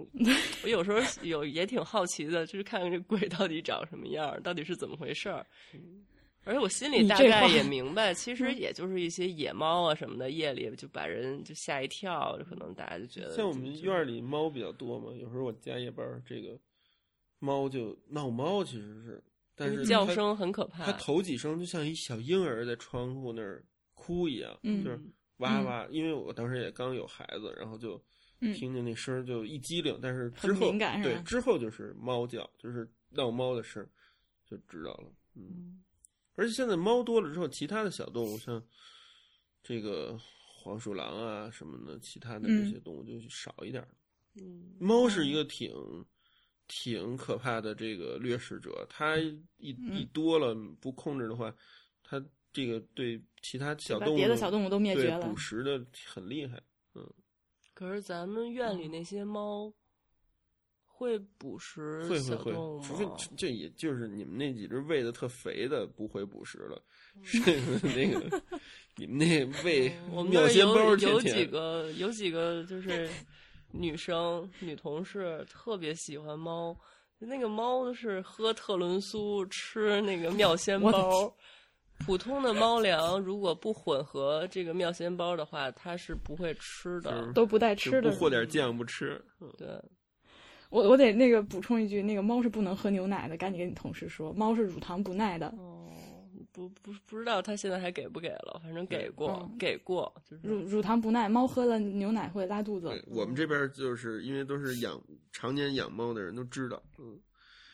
C: 我有时候有也挺好奇的，就是看看这鬼到底长什么样儿，到底是怎么回事儿。
B: 嗯
C: 而且我心里
A: 你
C: 大
A: 这
C: 概
A: 话嗯
C: 也明白，其实也就是一些野猫啊什么的，夜里就把人就吓一跳，可能大家就觉得
B: 像我
C: 就
B: 们
C: 就
B: 院儿里猫比较多嘛，有时候我加夜班儿，这个猫就闹猫，其实是，但是
C: 嗯叫
B: 它
C: 声很可怕
B: 它头几声就像一小婴儿在窗户那儿哭一样，
A: 嗯
B: 就是哇哇。因为我当时也刚有孩子，然后就
A: 嗯
B: 听见那声儿就一激灵，但是
A: 很
B: 之后
A: 敏感是
B: 对
A: 吧
B: 之后就是猫叫，就是闹猫的声儿，就知道了。嗯。
C: 嗯
B: 而且现在猫多了之后，其他的小动物像这个黄鼠狼啊什么的，其他的
A: 嗯
B: 这些动物就少一点儿。
C: 嗯
B: 猫是一个挺挺可怕的这个掠食者，它一
A: 嗯
B: 一多了不控制的话，它这个对其他小
A: 把
B: 动物
A: 别的小动物都灭绝
B: 对
A: 了
B: 捕食的很厉害。
C: 可是咱们院里那些猫会捕食
B: 会会
C: 小
B: 会
C: 动物，啊
B: 除非
C: 吗？
B: 这这也就是你们那几只喂的特肥的不会捕食了，是那个 你们那喂
C: 嗯我们
B: 妙
C: 那儿
B: 鲜包
C: 有
B: 天
C: 有
B: 天
C: 几个有几个就是女生女同事特别喜欢猫，那个猫都是喝特仑苏，吃那个妙鲜
A: 我的
C: 包。普通的猫粮如果不混合这个妙鲜包的话，它是不会吃的。
B: 是
A: 都不带
B: 就
A: 吃的
B: 不。和点酱不吃。嗯
C: 对，
A: 我我得那个补充一句，那个猫是不能喝牛奶的，赶紧跟你同事说，猫是乳糖不耐的，
C: 哦，不不不知道它现在还给不给了，反正给过、
A: 嗯
C: 给过，就是
A: 乳乳糖不耐，猫喝了牛奶会拉肚
B: 对
A: 子。
B: 我们这边就是因为都是养常年养猫的人都知道，嗯，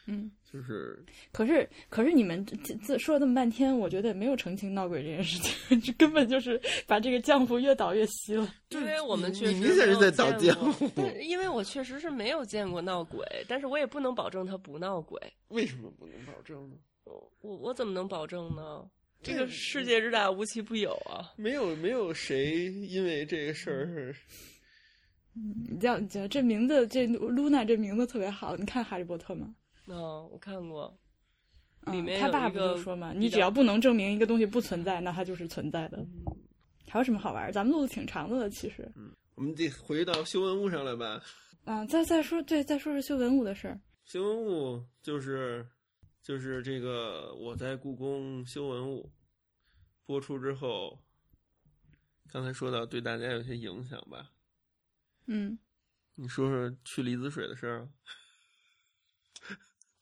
A: 嗯，
B: 就是
A: 可是可是你们这这这说了这么半天，我觉得也没有澄清闹鬼这件事情， 这根本就是把这个浆糊越捣越稀了。
C: 因为我们
B: 你
C: 确实
B: 你明显是在倒
C: 没有见
B: 浆
C: 过但因为我确实是没有见过闹鬼，但是我也不能保证他不闹鬼。
B: 为什么不能保证呢？
C: 我我怎么能保证呢？这
B: 这
C: 个世界之大，无奇不有啊！
B: 没有没有谁因为这个事
C: 嗯
B: 儿，
A: 你这样觉得这名字，这 Luna 这名字特别好。你看《哈利波特》吗？
C: 嗯、我看过，里
A: 嗯，
C: 面
A: 他
C: 有
A: 爸
C: 一
A: 不就
C: 个
A: 说嘛，
C: 比
A: 你只
C: 较
A: 要不能证明一个东西不存在，那它就是存在的。
C: 嗯
A: 还有什么好玩儿？咱们录的挺长的了，其实。
B: 我们得回到修文物上来吧。
A: 啊，再再说，对，再说说修文物的事儿。
B: 修文物就是就是这个我在故宫修文物播出之后，刚才说到对大家有些影响吧？
A: 嗯，
B: 你说说去离子水的事儿。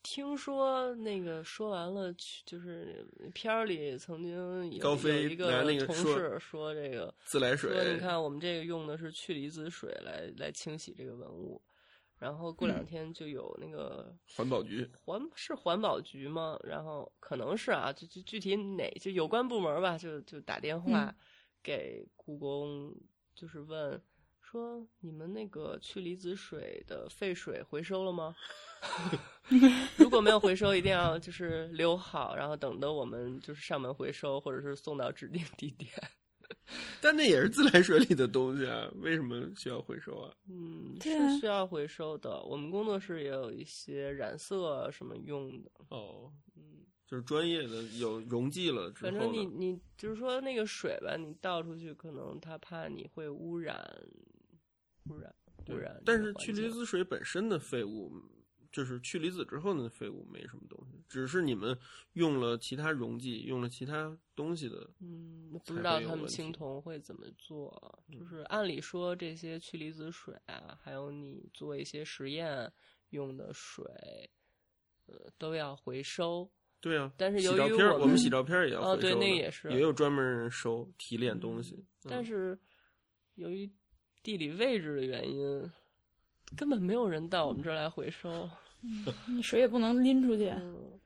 C: 听说那个说完了，去就是片儿里曾经有
B: 高飞
C: 有一
B: 拿
C: 个
B: 那个
C: 同
B: 说
C: 事说这个
B: 自来
C: 说
B: 水
C: 你，看我们这个用的是去离子水来来清洗这个文物，然后过两天就有那个
B: 嗯环保局
C: 环是环保局吗？然后可能是啊，就就具体哪就有关部门吧，就就打电话
A: 嗯
C: 给故宫，就是问说你们那个去离子水的废水回收了吗？ 如果没有回收，一定要就是留好，然后等着我们就是上门回收，或者是送到指定地点。
B: 但那也是自来水里的东西啊，为什么需要回收啊？
C: 嗯，
A: 对啊
C: 是需要回收的。我们工作室也有一些染色什么用的，
B: 哦，
C: 嗯，
B: 就是专业的有溶剂了之
C: 反
B: 后
C: 正你
B: 呢，
C: 你就是说那个水吧，你倒出去，可能他怕你会污染，污染污
B: 对
C: 染这
B: 但
C: 个
B: 是
C: 环境。
B: 去离子水本身的废物，就是去离子之后的废物没什么东西，只是你们用了其他溶剂，用了其他东西的，
C: 嗯，
B: 才
C: 不知道
B: 会有
C: 他们
B: 问题嗯
C: 青铜会怎么做。就是按理说，这些去离子水啊，还有你做一些实验用的水，呃，都要回收。
B: 对啊。
C: 但是由
B: 洗照
C: 于
B: 片儿，
C: 我
B: 们
A: 们
B: 洗照片儿也要回收
C: 哦对
B: 的
C: 那也是
B: 有专门人收提炼东西。嗯
C: 但是由于地理位置的原因，根本没有人到我们这儿来回收。
A: 你嗯水也不能拎出去。
C: 嗯，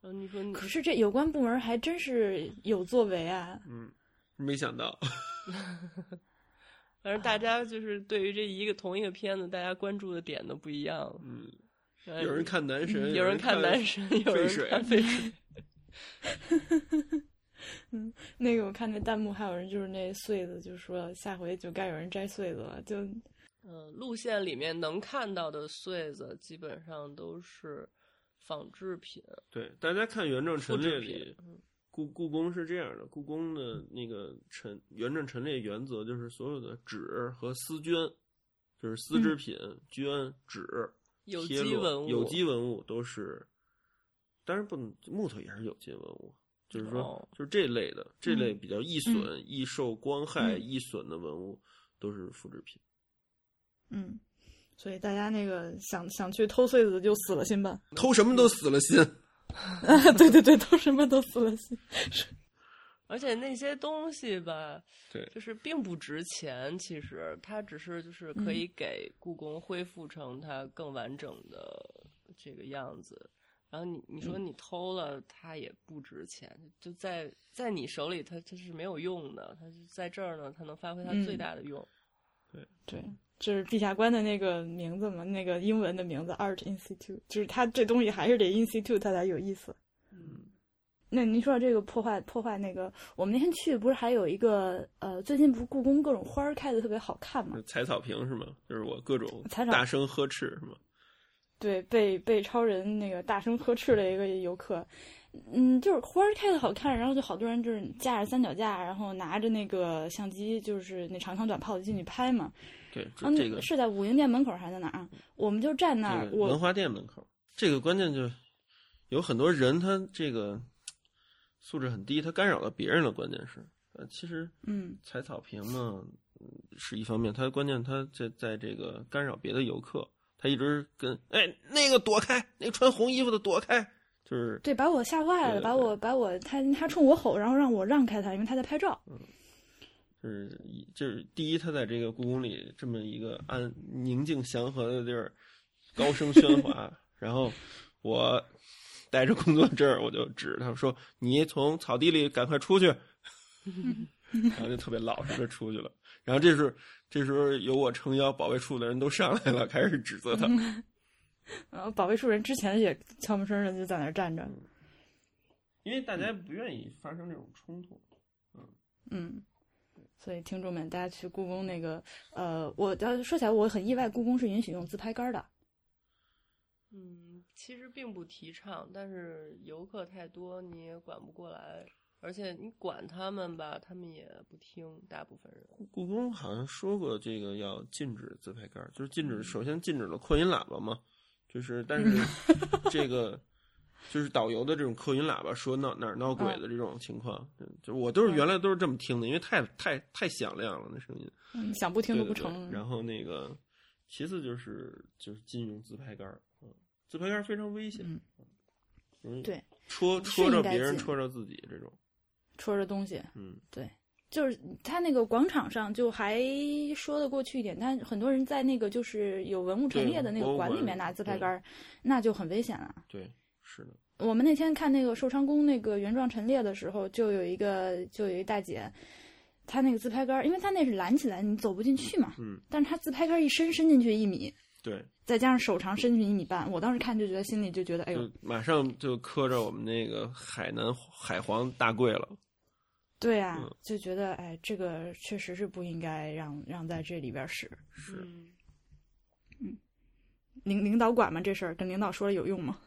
C: 然后你说你
A: 可是这有关部门还真是有作为啊。
B: 嗯，没想到，
C: 反正大家就是对于这一个同一个片子，大家关注的点都不一样。
B: 嗯，
C: 呃
B: 有人看男神，
C: 有人看男
B: 神。
C: 神，有人
B: 水
C: 看废水。
A: 那个我看那弹幕还有人就是那穗子，就说下回就该有人摘穗子了。就
C: 嗯，路线里面能看到的穗子，基本上都是仿制品、
B: 对，大家看《原政
C: 复
B: 陈列》
C: 制嗯品
B: 里，。故故宫是这样的，故宫的那个陈原政陈列原则就是所有的纸和丝绢，就是丝织品、绢、纸、
C: 嗯有
B: 贴
C: 机
B: 落
C: 文物，
B: 有机文物都是，当然不能木头也是有机文物，就是说、
C: 哦
B: 就是这类的这类比较易损、
A: 嗯
B: 易受光害、
A: 嗯
B: 易损的文物都是复制品。
A: 嗯，所以大家那个想想去偷穗子就死了 心吧。
C: 嗯
B: 偷什么都死了心，
A: 啊，对对对，偷什么都死了心。
C: 而且那些东西吧，
B: 对
C: 就是并不值钱。其实它只是就是可以给故宫恢复成它更完整的这个样子。然后你你说你偷了，它也不值钱，就在在你手里它它是没有用的，它是在这儿呢，它能发挥它
A: 嗯
C: 最大的用。
A: 对，这是地下关的那个名字嘛，那个英文的名字 Art Institute，就是它这东西还是得 Institute 它才有意思。
C: 嗯，
A: 那您说到这个破坏破坏那个，我们那天去不是还有一个呃，最近不是故宫各种花儿开的特别好看嘛
B: 就是？踩草坪是吗？就是我各种
A: 踩草
B: 大声呵斥是吗？
A: 对，被被超人那个大声呵斥了一个游客，嗯，就是花儿开的好看，然后就好多人就是架着三脚架，然后拿着那个相机，就是那长枪短炮的进去拍嘛。
B: 对，
A: 啊，
C: 嗯
A: 那
B: 这这个嗯
A: 是在武英殿门口还是在哪儿啊？我们就站那儿，
B: 这个
A: 我
B: 文华殿门口。这个关键就有很多人，他这个素质很低，他干扰到别人了。关键是，呃，其实
A: 嗯，
B: 踩草坪嘛，嗯是一方面，他关键他在在这个干扰别的游客，他一直跟哎那个躲开，那个穿红衣服的躲开，就是
A: 对，把我吓坏
B: 对
A: 了，
B: 对
A: 把我把我他他冲我吼，然后让我让开他，因为他在拍照。
B: 嗯就是一就是第一，他在这个故宫里这么一个安宁静祥和的地儿，高声喧哗。然后我带着工作证儿，我就指着他说：“你从草地里赶快出去。”然后就特别老实的出去了。然后这时候这时候有我撑腰，保卫处的人都上来了，开始指责他。
A: 嗯呃然后保卫树人之前也悄没声的就在那儿站着。
B: 因为大家不愿意发生这种冲突。
A: 嗯，所以听众们，大家去故宫那个，呃，我呃说起来我很意外，故宫是允许用自拍杆的。
C: 嗯，其实并不提倡，但是游客太多，你也管不过来，而且你管他们吧，他们也不听，大部分人。
B: 故宫好像说过这个要禁止自拍杆儿，就是禁
A: 嗯
B: 止，首先禁止了扩音喇叭嘛，就是但是
A: 嗯
B: 这个就是导游的这种扩音喇叭说闹哪儿闹鬼的这种情况，就我都是
A: 嗯
B: 原来都是这么听的，因为太太太响亮了那声音，
A: 嗯，想不听都
B: 对
A: 不
B: 对对
A: 成。
B: 然后那个其次就是就是禁用自拍杆儿，嗯，自拍杆儿非常危险，
A: 嗯
B: 容易
A: 对
B: 戳
A: 是
B: 戳
A: 应
B: 着
A: 该
B: 别人
A: 禁
B: 戳着自己这种，
A: 戳着东西，
B: 嗯。
A: 就是他那个广场上就还说得过去一点，但很多人在那个就是有文物陈列的那个
B: 对博物
A: 馆里
B: 馆
A: 面拿自拍
B: 对
A: 杆儿，那就很危险了。
B: 对，是的，
A: 我们那天看那个寿昌宫那个原状陈列的时候，就有一个就有一大姐，她那个自拍杆儿，因为她那是拦起来，你走不进去嘛。
B: 嗯，
A: 但是她自拍杆儿一伸伸进去一米，
B: 对，
A: 再加上手长伸进去一米半，我当时看就觉得心里就觉得，哎呦
B: 就，马上就磕着我们那个海南海皇大贵了。
A: 对啊
B: 嗯，
A: 就觉得哎，这个确实是不应该让让在这里边儿使。
B: 是，
C: 嗯、
A: 领领导管吗？这事儿跟领导说了有用吗？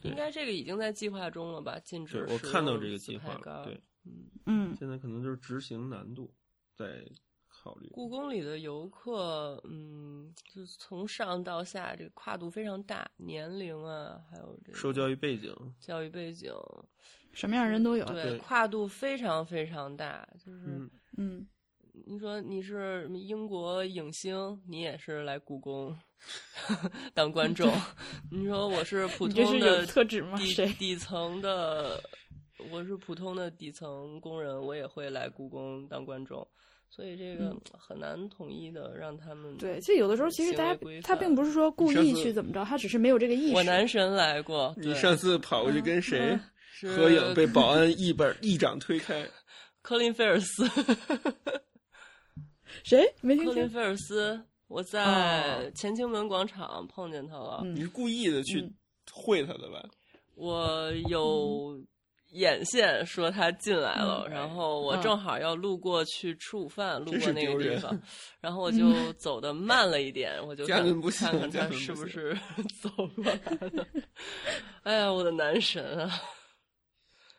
B: 对
C: 应该这个已经在计划中了吧？禁
B: 对
C: 止
B: 我
C: 使
B: 看到
C: 用
B: 这个
C: 自
B: 计
C: 拍
B: 划
C: 杆
B: 了。
C: 儿
B: 对，
C: 嗯，
A: 嗯
B: 现在可能就是执行难度在考虑。
C: 故宫里的游客，嗯，就是从上到下这个跨度非常大，年龄啊，还有这个
B: 受教育背景，
C: 教育背景，
A: 什么样的人都有。
C: 对
B: 对
C: 跨度非常非常大，就是。
B: 嗯，
A: 嗯，
C: 你说你是英国影星，你也是来故宫 当 观众。你说我是普
A: 你这是
C: 通
A: 有
C: 的
A: 特指吗？
C: 底
A: 谁？
C: 底层的，我是普通的底层工人，我也会来故宫当观众。所以这个
A: 嗯
C: 很难统一的让他们
A: 对，就有的时候其实大
C: 行
A: 家
C: 为规
A: 他
C: 范
A: 并不是说故
B: 你上
A: 意
B: 次
A: 去怎么着，他只是没有这个意识。
C: 我男神来过，
B: 你
C: 对嗯
B: 上次跑过去跟谁
C: 是
B: 合影，被保
C: 嗯
B: 安一本一掌推开。
C: 科林菲尔斯，
A: 谁没听
C: 科林
A: 清？
C: 菲尔斯，我
A: 哦
C: 在乾清门广场碰见他了。
A: 嗯
B: 你是故意的去
A: 嗯
B: 会他的吧？
C: 我有眼线说他进来了，
A: 嗯
C: 然后我
A: 嗯
C: 正好要路过去吃午饭，路
B: 真
C: 过
B: 是
C: 那个
B: 丢
C: 地
B: 人
C: 方，然后我就走的慢了一点，我就
B: 家
C: 想
B: 人不
C: 看
B: 幸
C: 看
B: 家
C: 他
B: 人
C: 是
B: 不
C: 不
B: 幸
C: 是 走过来的。 哎呀，我的男神啊！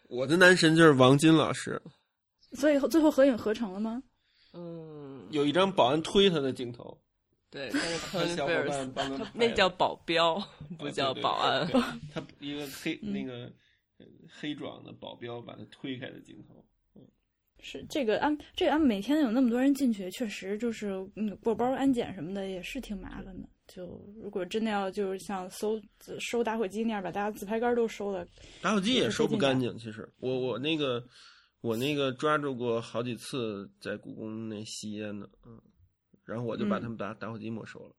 B: 我的男神就是王金老师，
A: 所以最后合影合成了吗？
C: 嗯，
B: 有一张保安推他的镜头，
C: 对，但是科
B: 他
C: 林
B: 小
C: 菲
B: 伙
C: 尔
B: 伴
C: 斯，
B: 帮他拍
C: 那
B: 的
C: 叫保镖，不
B: 啊
C: 叫
B: 对对
C: 保安。 嗯
B: 对他一个黑那个呃黑壮的保镖把他推开的镜头。
A: 是这个安这个安每天有那么多人进去，确实就是嗯过包安检什么的也是挺麻烦的。就如果真的要就是像搜收打火机那样把大家自拍杆儿都收了，
B: 打火机也收不干
A: 也
B: 净。其实我我那个我那个抓住过好几次在故宫那吸烟的，嗯，然后我就把
A: 嗯
B: 他们打、打火机没收了。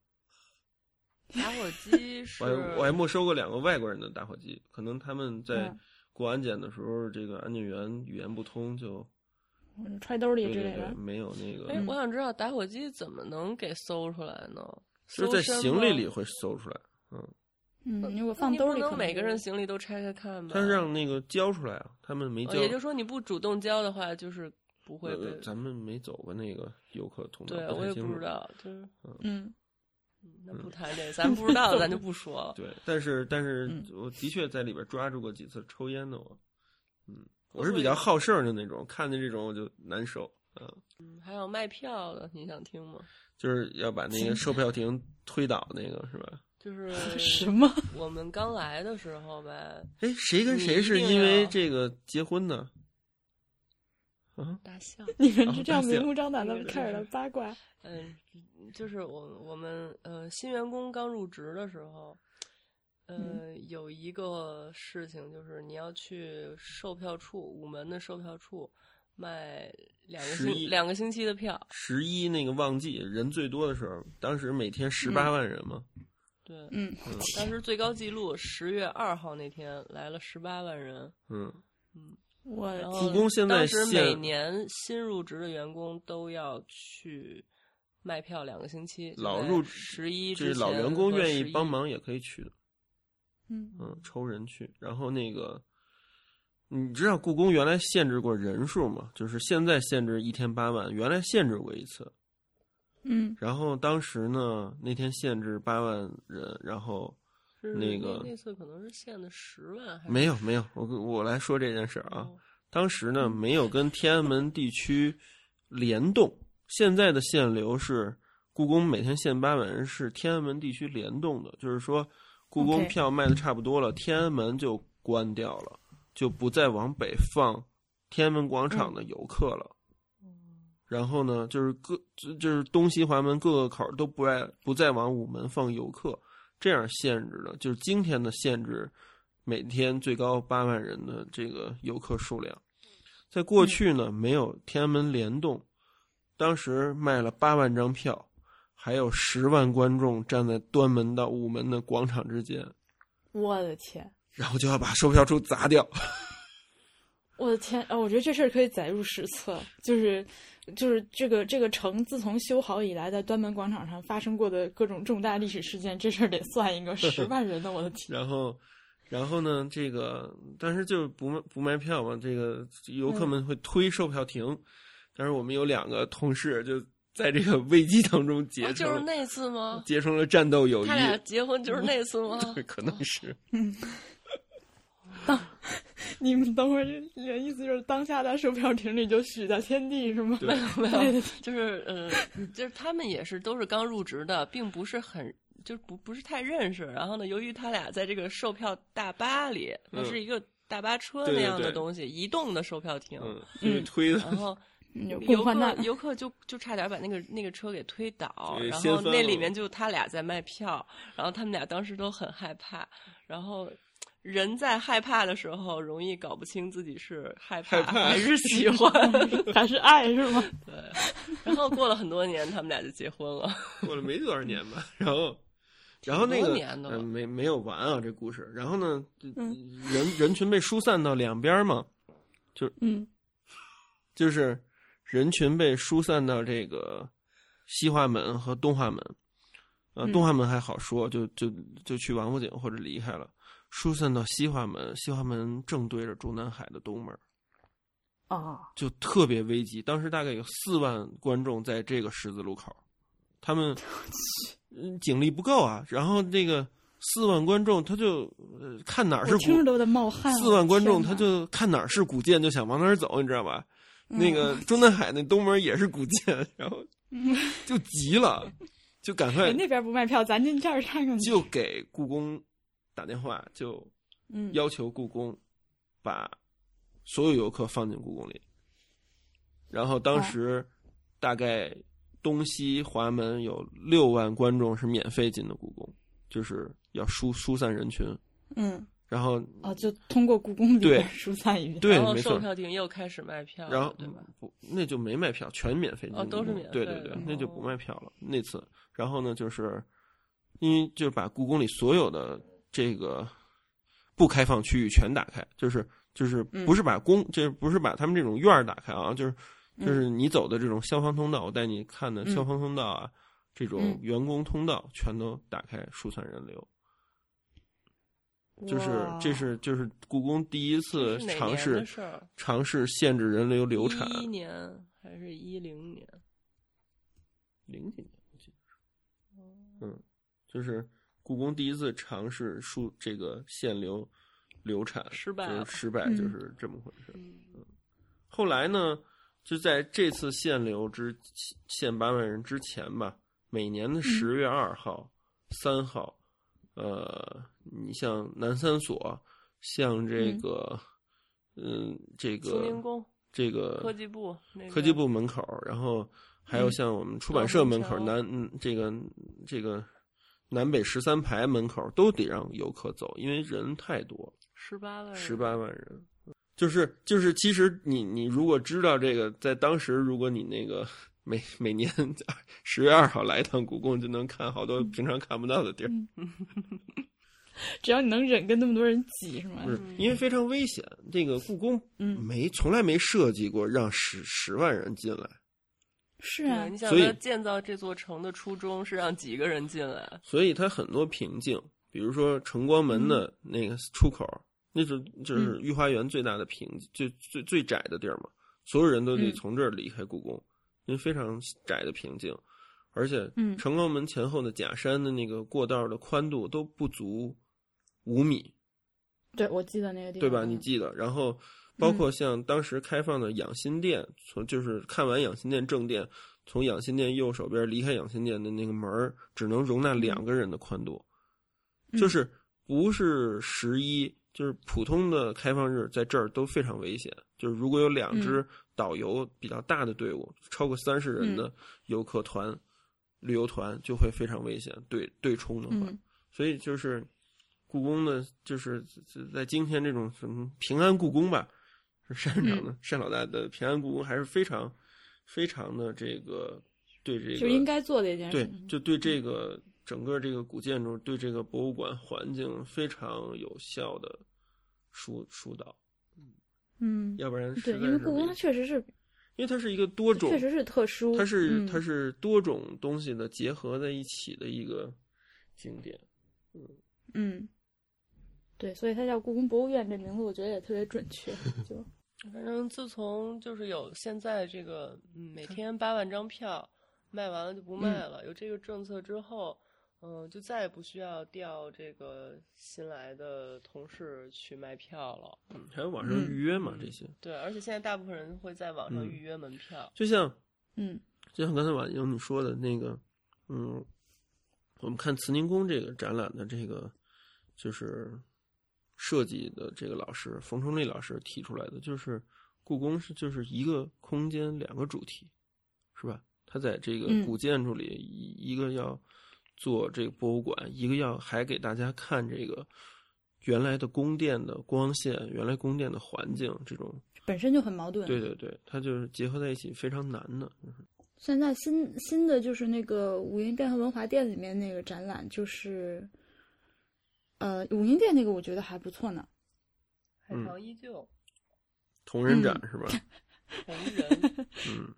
C: 打火机是
B: 我还我还没收过两个外国人的打火机，可能他们在
A: 嗯
B: 过安检的时候，这个安检员语言不通就，
A: 嗯揣兜里
B: 对
A: 之
B: 对
A: 类
B: 对，
A: 的。
B: 没有那
C: 哎
B: 个，，
C: 我想知道打火机怎么能给搜出来呢？
B: 就是
C: 搜
B: 在
C: 身
B: 行李
C: 吗
B: 里会搜出来。
A: 嗯，如果
C: 那
A: 放
C: 你
A: 兜
C: 不
A: 里可
C: 能
A: 能
C: 每个
A: 就
C: 人行李都拆开看吧？
B: 他让那个交出来啊，他们没
C: 嗯哦
B: 交。
C: 也就是说你不主动交的话，就是不会被
B: 呃。咱们没走过那个游客通道，
C: 对，
B: 不
C: 我
B: 太
C: 也
B: 清
C: 不
B: 楚
C: 知。道，就是
A: 嗯。
C: 嗯那不谈这，咱不知道，咱就不说 了。
B: 对，但是但是
A: 嗯
B: 我的确在里边抓住过几次抽烟的我，嗯，
C: 会
B: 我是比较好事儿的那种，看见这种我就难受，嗯，
C: 嗯还有卖票的，你想听吗？
B: 就是要把那个售票亭推倒那个是吧？
C: 就
A: 什
C: 是
A: 么？
C: 我们刚来的时候呗，
B: 哎，谁跟谁是
C: 你一定
B: 因为
C: 要
B: 这个结婚呢？啊，
C: 大象。
A: 你们
B: 哦
A: 是这
C: 啊
A: 样
B: 大
A: 明
B: 象
A: 目张胆的
C: 对对
A: 开始了
C: 对
A: 八卦？
C: 嗯，就是我我们呃新员工刚入职的时候，呃、
B: 嗯
C: 有一个事情就是你要去售票处午门的售票处卖两个
B: 十一
C: 星两个星期的票，
B: 十一那个旺季人最多的时候，当时每天十八万人嘛，
C: 对，
A: 嗯，
C: 当时最高记录十月二号那天来了十八万人，
B: 嗯，
A: 我
C: 然
B: 故
C: 后
B: 宫现在
C: 当时每
B: 限
C: 年新入职的员工都要去。卖票两个星期，
B: 老入职
C: 十一
B: 就是老员工愿意帮忙也可以去的，
A: 嗯
B: 嗯，抽人去，然后那个，你知道故宫原来限制过人数吗？就是现在限制一天八万，原来限制过一次。
A: 嗯，
B: 然后当时呢，那天限制八万人，然后
C: 是
B: 那个
C: 那次可能是限的十万还是
B: 没有没有，我我来说这件事儿啊。
C: 哦
B: 当时呢，没有跟天安门地区联动。现在的限流是故宫每天限八万人，是天安门地区联动的，就是说故宫
A: OK
B: 票卖的差不多了天安门就关掉了，就不再往北放天安门广场的游客了。然后呢，就是各就就是东西华门各个口儿都不爱不再往午门放游客，这样限制的，就是今天的限制，每天最高八万人的这个游客数量。在过去呢，没有天安门联动，当时卖了八万张票，还有十万观众站在端门到午门的广场之间，
D: 我的天，
B: 然后就要把售票处砸掉。
D: 我的天啊！我觉得这事儿可以载入史册，就是就是这个这个城自从修好以来，在端门广场上发生过的各种重大历史事件，这事儿得算 一个十万人的，我的天！
B: 然后，然后呢，这个但是就不卖不卖票嘛，这个游客
C: 嗯
B: 们会推售票亭，但是我们有两个同事就在这个危机当中结
C: 哦
B: 成、
C: 就是那次吗？
B: 结成了战斗友谊
C: 他，俩结婚就是那次吗？
B: 对，可能是
D: 你们等会儿这意思就是当下在售票亭里就许下天地是吗？
B: 对
C: 没
D: 对
C: 有
D: 对，
C: 就是呃，就是他们也是都是刚入职的，并不是很就是不不是太认识。然后呢，由于他俩在这个售票大巴里，它
B: 嗯
C: 是一个大巴车
B: 对
C: 那
B: 对
C: 样的
B: 对
C: 东西，移动的售票亭。
B: 嗯，因为推的。
C: 然后
D: 有
C: 游
D: 嗯共患难
C: 客，游客就就差点把那个那个车给推倒，
B: 对
C: 然
B: 掀
C: 后
B: 翻
C: 那
B: 了
C: 里面就他俩在卖票，然后他们俩当时都很害怕，然后。人在害怕的时候，容易搞不清自己是害
B: 害
C: 怕
B: 怕
C: 还是喜欢。
D: 还是爱是 吗？
C: 对，然后过了很多年，他们俩就结婚了。
B: 过了没多少年吧，然后，然后那
C: 多
B: 个
C: 年的了
B: 呃没没有完啊，这故事。然后呢，
A: 嗯
B: 人人群被疏散到两边嘛，
A: 嗯，
B: 就是人群被疏散到这个西华门和东华门。呃，
A: 嗯
B: 东华门还好说，就就就去王府井或者离开了。疏散到西华门，西华门正对着中南海的东门，
D: 啊，
B: 就特别危急。当时大概有四万观众在这个十字路口，他们嗯警力不够啊。然后这个四万观众，他就、呃、看哪儿是
A: 我听着
B: 古
A: 都得冒汗。
D: 啊
B: 四万观众，
A: 天哪
B: 他就看哪儿是古建，就想往哪儿走，你知道吧？
D: 嗯
B: 那个
A: 嗯
B: 中南海那东门也是古建，然后就急了，就赶快
D: 哎那边不卖票，咱进这儿看看去。
B: 就给故宫打电话，就
D: 嗯
B: 要求故宫把所有游客放进故宫里。然后当
C: 哦
B: 时大概东西华门有六万观众是免费进的故宫，就是要疏疏散人群。
A: 嗯，
B: 然后
D: 啊，就通过故宫里
B: 对
D: 边疏散一遍。
B: 对
C: 然，后
B: 没
C: 售
B: 错。
C: 票亭又开始卖票了，
B: 然后
C: 对吧？
B: 不，那就没卖票，全免费进
C: 哦
B: 入
C: 都是
B: 宫
C: 免
B: 对
C: 费
B: 对
C: 的
B: 对，那就
C: 哦
B: 不卖票了那次。然后呢，就是因为就是把故宫里所有的这个不开放区域全打开，就是就是
C: 嗯
B: 不是把宫，这、不是把他们这种院儿打开啊，就是
C: 嗯
B: 就是你走的这种消防通道，我带你看的消防通道啊，这种
D: 嗯
B: 员工通道全都打开，疏散人流。就是
D: 哇
B: 这是就是故宫第一次
C: 这是哪
B: 尝
C: 年
B: 试
C: 的事儿
B: 尝试限制人流流产，
C: 一一年还是一零年？
B: 零几年我记
C: 哦
B: 得是，嗯，就是故宫第一次尝试数这个限流流产
C: 失败
B: 就是
C: 了嗯
B: 失败
A: 嗯
B: 就是这么回事。嗯后来呢，就在这次限流之限八万人之前吧，每年的十月二号、三、号，呃，你像南三所，像这个，嗯，这
C: 清
B: 个
C: 明宫
B: 这个
C: 科技部那个
B: 呃科技部门口儿，然后还有像我们出版社门口儿、
C: 嗯
B: 南嗯这个这个南北十三排门口儿都得让游客走，因为人太多，
C: 十八万人
B: 十八万人。就是就是，其实你你如果知道这个，在当时如果你那个每每年 十月二号来一趟故宫，就能看好
C: 嗯
B: 多平常看不到的地儿，
D: 只要你能忍跟那么多人挤是吗
B: 不？是
C: 嗯
B: 因为非常危险。这个故宫
D: 嗯
B: 没从来没设计过让十十万人进来，
A: 是啊
C: 对，你想
B: 所以
C: 他建造这座城的初衷是让几个人进来？
A: 嗯
B: 所以它很多瓶颈，比如说城光门的那个出口，那是就是御花园最大的平、最最最窄的地儿嘛，所有人都得
A: 嗯
B: 从这儿离开故宫，因为非常窄的平静，而且
A: 嗯
B: 城隍门前后的假山的那个过道的宽度都不足五米，
A: 对
E: 我记得那个地方，
B: 对吧？
A: 嗯
B: 你记得，然后包括像当时开放的养心殿，从就是看完养心殿正殿，从养心殿右手边离开养心殿的那个门儿，只能容纳两个人的宽度，
A: 嗯
B: 就是不是十一，就是普通的开放日，在这儿都非常危险。就是如果有两支导游比较大的队伍，超过三十人的游客团、旅游团，就会非常危险，对对冲的话。
A: 嗯
B: 所以就是故宫的，就是在今天这种什么平安故宫吧，是单长的、
A: 嗯
B: 单老大的平安故宫还是非常非常的这个对这个
A: 就应该做的一件事
B: 对。就对这个整个这个古建筑对这个博物馆环境非常有效的疏疏导，
A: 嗯，
B: 要不然
A: 对，
B: 实在
A: 因为
B: 是
A: 故宫
B: 没
A: 它确实是，
B: 因为它是一个多种
A: 确实是特殊，
B: 它是、
A: 嗯
B: 它是多种东西的结合在一起的一个景点，
A: 嗯，对，所以它叫故宫博物院这名字，我觉得也特别准 确。就
C: 反正自从就是有现在这个嗯每天八万张票卖完了就不
B: 嗯
C: 卖了，有这个政策之后，嗯、就再也不需要调这个新来的同事去卖票了。
B: 嗯还有网上预约嘛、这些，
A: 嗯
C: 对，而且现在大部分人会在网上
B: 嗯
C: 预约门票。
B: 就像
A: 嗯
B: 就像刚才婉莹你说的那个，嗯，我们看慈宁宫这个展览的这个就是设计的这个老师冯崇丽老师提出来的，就是故宫是就是一个空间两个主题，是吧？他在这个
A: 嗯
B: 古建筑里，一一个要做这个博物馆，一个要还给大家看这个原来的宫殿的光线、原来宫殿的环境这种。
A: 本身就很矛盾。
B: 对对对，它就是结合在一起非常难的。
E: 现在新新的就是那个武英殿和文华殿里面那个展览，就是，呃，武英殿那个我觉得还不错呢。
C: 海
B: 嗯
C: 棠依旧，
B: 同人展、是吧？
C: 同一人
B: 嗯，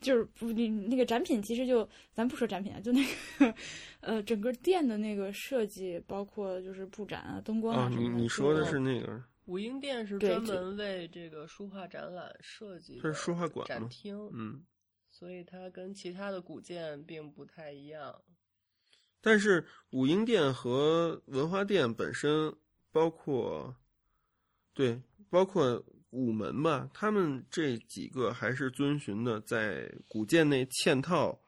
A: 就是不，你那个展品其实就，咱不说展品啊，就那个，呃，整个店的那个设计，包括就是布展啊、灯光
B: 哦，
A: 啊什
B: 你
A: 么的。
B: 你说的
A: 就是
B: 那个，
C: 武英殿是
A: 对
C: 专
A: 这
C: 门为这个书画展览设计
B: 它
C: 的
B: 是书画馆吗
C: 展厅，
B: 嗯，
C: 所以它跟其他的古建并不太一样。
B: 但是武英殿和文华殿本身，包括对，包括午门吧，他们这几个还是遵循的在古建内嵌套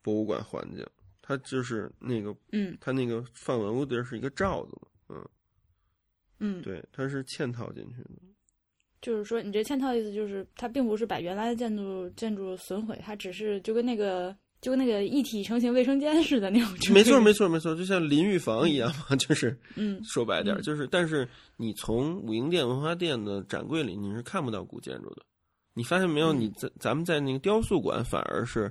B: 博物馆环境，它就是那个
A: 嗯
B: 它那个放文物地儿是一个罩子嘛，嗯，
A: 嗯，
B: 对，它是嵌套进去的，
A: 就是说，你这嵌套意思就是，它并不是把原来的建筑建筑损毁，它只是就跟那个就跟那个一体成型卫生间似的那种。
B: 没错没错没错，就像淋浴房一样嘛，就是
A: 嗯
B: 说白点儿，
A: 嗯
B: 就是，但是你从武英殿、文华殿的展柜里，你是看不到古建筑的。你发现没有？
A: 嗯
B: 你在咱们在那个雕塑馆，反而是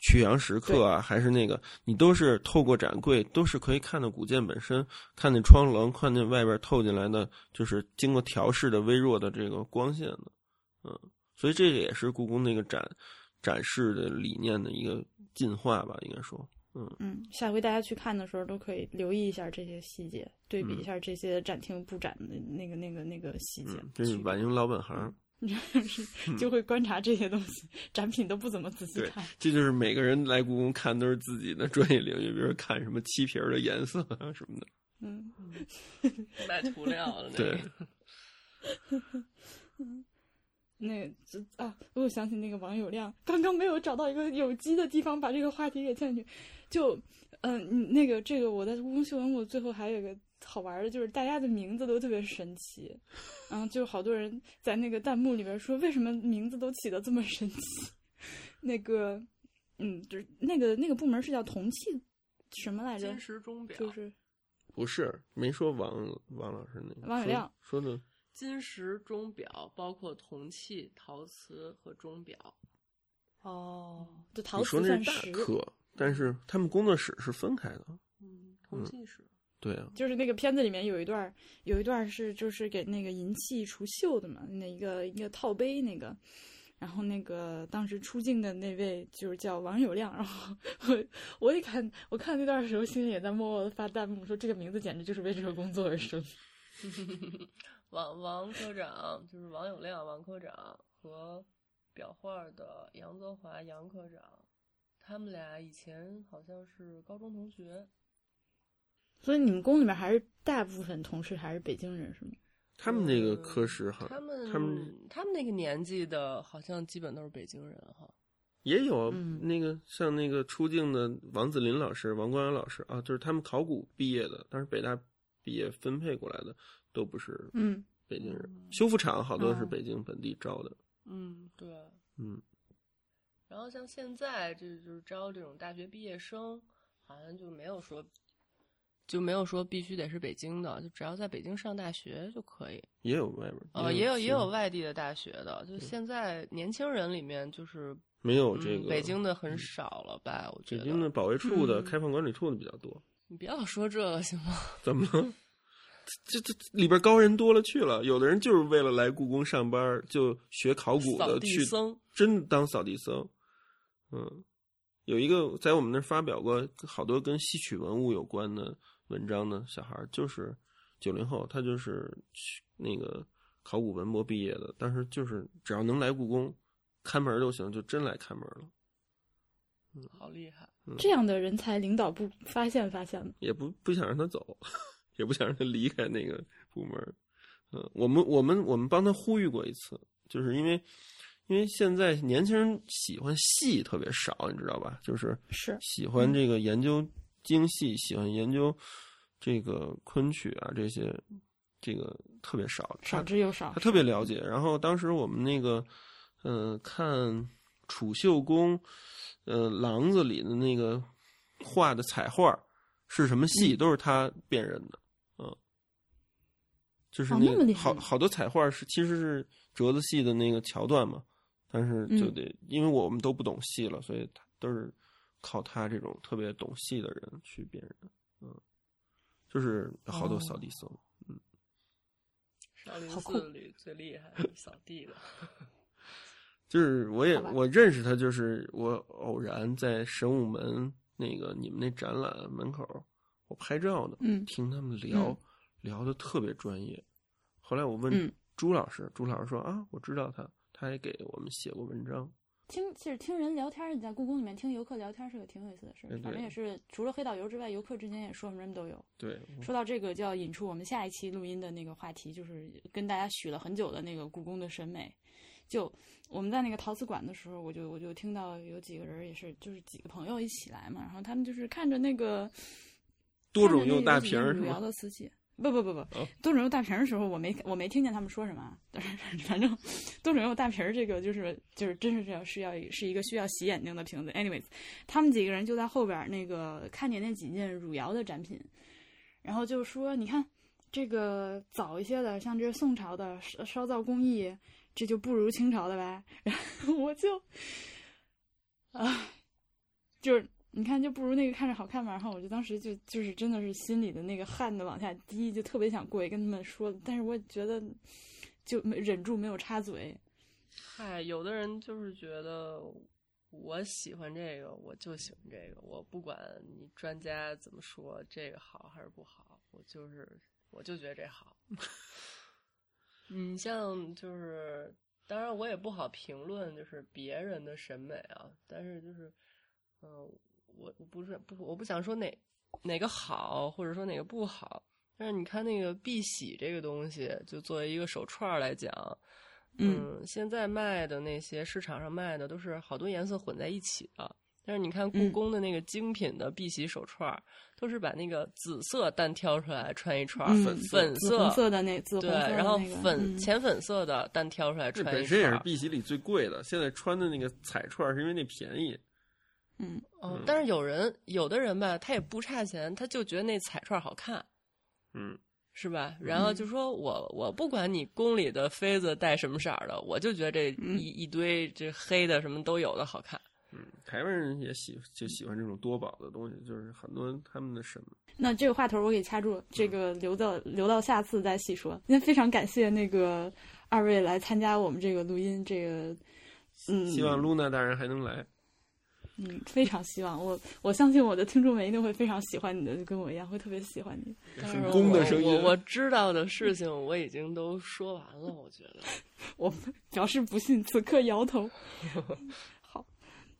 B: 曲阳石刻啊，还是那个，你都是透过展柜，都是可以看到古建本身，看见窗棱，看见外边透进来的，就是经过调试的微弱的这个光线的。嗯，所以这个也是故宫那个展展示的理念的一个进化吧，应该说。
A: 嗯，下回大家去看的时候都可以留意一下这些细节，对
B: 嗯
A: 比一下这些展厅布展的那个、那个那个细节
B: 嗯，，这是婉莹老本行。
A: 去 就会观察这些东西，展品都不怎么仔细
B: 对
A: 看。
B: 这就是每个人来故宫看都是自己的专业领域，比如说看什么漆皮儿的颜色啊什么的。
A: 嗯，
C: 卖涂 料的那
B: 对
C: 个，
A: 那这啊，我又想起那个网友亮，刚刚没有找到一个有机的地方把这个话题给牵进去。就，嗯、呃，你那个这个我在故宫修文物，最后还有一个好玩的，就是大家的名字都特别神奇。嗯，就好多人在那个弹幕里边说，为什么名字都起得这么神奇？ 那个，嗯，就是那个那个部门是叫铜器什么来着
C: 金？石钟表，
A: 就是
B: 不是，没说王王老师那个
A: 王宇亮
B: 说说的，
C: 金石钟表包括铜器、陶瓷和钟表。
A: 哦，就陶
B: 你说
A: 瓷
B: 那
A: 钻
B: 是
A: 石
B: 大，课，但是他们工作室是分开的。
C: 嗯，铜器是。
B: 对啊，
A: 就是那个片子里面有一段儿，有一段儿是就是给那个银器除锈的嘛，那一个一个套杯那个，然后那个当时出镜的那位就是叫王友亮，然后我我一看我看那段儿的时候，心里也在默默的发弹幕说这个名字简直就是为这个工作而生。
C: 王王科长就是王友亮王科长和裱画的杨泽华杨科长，他们俩以前好像是高中同学，
D: 所以你们宫里面还是大部分同事还是北京人是吗？
B: 他们那个
C: 嗯
B: 科室哈，
C: 他们
B: 他们
C: 他们那个年纪的，好像基本都是北京人哈。
B: 也有、
D: 嗯
B: 那个像那个出镜的王子林老师、王光阳老师啊，就是他们考古毕业的，当时北大毕业分配过来的，都不是
D: 嗯，
B: 北京人。
C: 嗯
B: 修复厂好多是
D: 哦
B: 北京本地招的，
C: 嗯，对。
B: 嗯，
C: 然后像现在这就是招这种大学毕业生，好像就没有说就没有说必须得是北京的，就只要在北京上大学就可以。
B: 也有外边，
C: 呃，也有也有
B: 其
C: 外地的大学的，就现在年轻人里面就是
B: 没有这
C: 嗯
B: 个
C: 北京的很少了吧？我觉
B: 北
C: 得
B: 京的保卫处的、
D: 嗯
B: 开放管理处的比较多。
C: 你不要说这个行吗？
B: 怎么了？这这这里边高人多了去了，有的人就是为了来故宫上班，就学考古
C: 扫
B: 的
C: 地
B: 去，
C: 僧
B: 真的当扫地僧。嗯，有一个在我们那儿发表过好多跟戏曲文物有关的文章的小孩儿，就是九零后，他就是去那个考古文博毕业的，但是就是只要能来故宫看门儿就行，就真来看门儿了，嗯
C: 好厉害。
D: 这样的人才领导部发现发现吗？
B: 也不不想让他走， 也不想让他离开那个部门儿。嗯，我们我们我们帮他呼吁过一次，就是因为因为现在年轻人喜欢戏特别少，你知道吧？就是
D: 是嗯
B: 喜欢这个研究京戏，喜欢研究这个昆曲啊这些，这个特别少，
D: 少
B: 他
D: 之又少
B: 他。特别了解。然后当时我们那个，呃，看楚秀公，呃，廊子里的那个画的彩画是什么
D: 嗯
B: 戏，都是他辨认的，嗯，就是
D: 哦
B: 那
D: 那么
B: 个
D: 厉害
B: 好好多彩画是其实是折子戏的那个桥段嘛，但是就
D: 嗯
B: 得、因为我们都不懂戏了，所以他都是靠他这种特别懂戏的人去辨认，嗯，就是好多
D: 哦
B: 扫地僧。
C: 少林
D: 好酷
C: 寺里最厉害的扫地的，
B: 就是我也
D: 好吧
B: 我认识他，就是我偶然在神武门那个你们那展览门口，我拍照呢，
D: 嗯
B: 听他们聊、
D: 嗯
B: 聊的特别专业。后来我问
D: 嗯
B: 朱老师，朱老师说啊，我知道他，他也给我们写过文章。
A: 听其实听人聊天儿，你在故宫里面听游客聊天儿是个挺有意思的事儿
B: 嗯。
A: 反
B: 对
A: 正也是除了黑导游之外，游客之间也说什么人都有。
B: 对，
A: 说到这个，就要引出我们下一期录音的那个话题，就是跟大家许了很久的那个故宫的审美。就我们在那个陶瓷馆的时候，我就我就听到有几个人也是，就是几个朋友一起来嘛，然后他们就是看着那个
B: 多种釉大瓶儿是哦
A: 汝窑
B: 吗？
A: 的瓷器。不不不不，多种釉大瓶儿的时候，我没我没听见他们说什么啊，但是 反正多种釉大瓶儿这个就是就是真是要是要是一个需要洗眼睛的瓶子。anyways，他们几个人就在后边儿那个看见那几件汝窑的展品，然后就说你看这个早一些的，像这宋朝的烧烧造工艺，这就不如清朝的呗。 然后我就，唉，就是你看，就不如那个看着好看嘛。然后我就当时就就是真的是心里的那个汗都往下滴，就特别想过去跟他们说，但是我觉得就没忍住没有插嘴。
C: 嗨，有的人就是觉得我喜欢这个，我就喜欢这个，我不管你专家怎么说这个好还是不好，我就是我就觉得这好。你嗯像就是，当然我也不好评论就是别人的审美啊，但是就是，嗯、我我不是不我不想说哪哪个好，或者说哪个不好。但是你看那个碧玺这个东西，就作为一个手串儿来讲，
D: 嗯，
C: 现在卖的那些市场上卖的都是好多颜色混在一起的，但是你看故
D: 嗯
C: 宫的那个精品的碧玺手串儿，都是把那个紫色单挑出来穿一串儿，
D: 嗯
C: 粉
D: 紫红
C: 色
D: 色的那紫红
C: 对，
D: 色的那个，
C: 然后粉、
D: 嗯
C: 浅粉色的单挑出来
B: 这
C: 穿
B: 本
C: 一
B: 身也
C: 串
B: 是
C: 儿。
B: 碧玺里最贵的，现在穿的那个彩串儿是因为那便宜，
D: 嗯，
C: 哦
B: 嗯，
C: 但是有人有的人吧，他也不差钱，他就觉得那彩串儿好看。
B: 嗯，
C: 是吧？然后
D: 嗯
C: 就说我我不管你宫里的妃子戴什么色儿的，我就觉得这一、
D: 嗯
C: 一堆这黑的什么都有的好看。
B: 嗯，台湾人也喜就喜欢这种多宝的东西，就是很多人他们的审美。
D: 那这个话头我给掐住了，这个
C: 嗯
D: 留到留到下次再细说。那非常感谢那个二位来参加我们这个录音，这个嗯，
B: 希望露娜大人还能来。
A: 嗯，非常希望我，我相信我的听众们一定会非常喜欢你的，就跟我一样会特别喜欢你。
C: 但
B: 很
C: 是
B: 公的
C: 我
B: 声音。
C: 我我知道的事情我已经都说完了，我觉得。
A: 我表示不信，此刻摇头。好，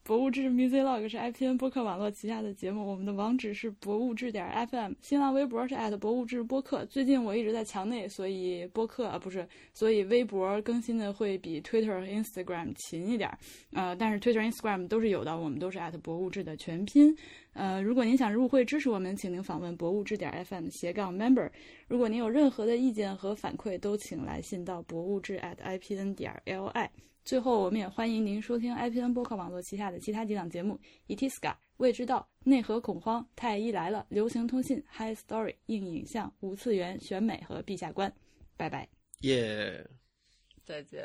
A: 博物志 Music Log 是 IPN 播客网络旗下的节目，我们的网址是博物志点 FM，新浪微博是博物志播客。最近我一直在墙内，所以播客啊不是，所以微博更新的会比 Twitter 和 Instagram 勤一点儿。呃，但是 Twitter、Instagram 都是有的，我们都是博物志的全拼。呃，如果您想入会支持我们，请您访问博物志点 FM 斜杠 member。如果您有任何的意见和反馈，都请来信到博物志 at ipn 点 li。最后，我们也欢迎您收听 IPN 播客网络旗下的其他几档节目：《Itiska》、《未知道》、《内核恐慌》、《太医来了》、《流行通信》、《High Story》、《硬影像》、《无次元》、《选美》和《陛下观》。拜拜。
B: 耶。
C: 再见。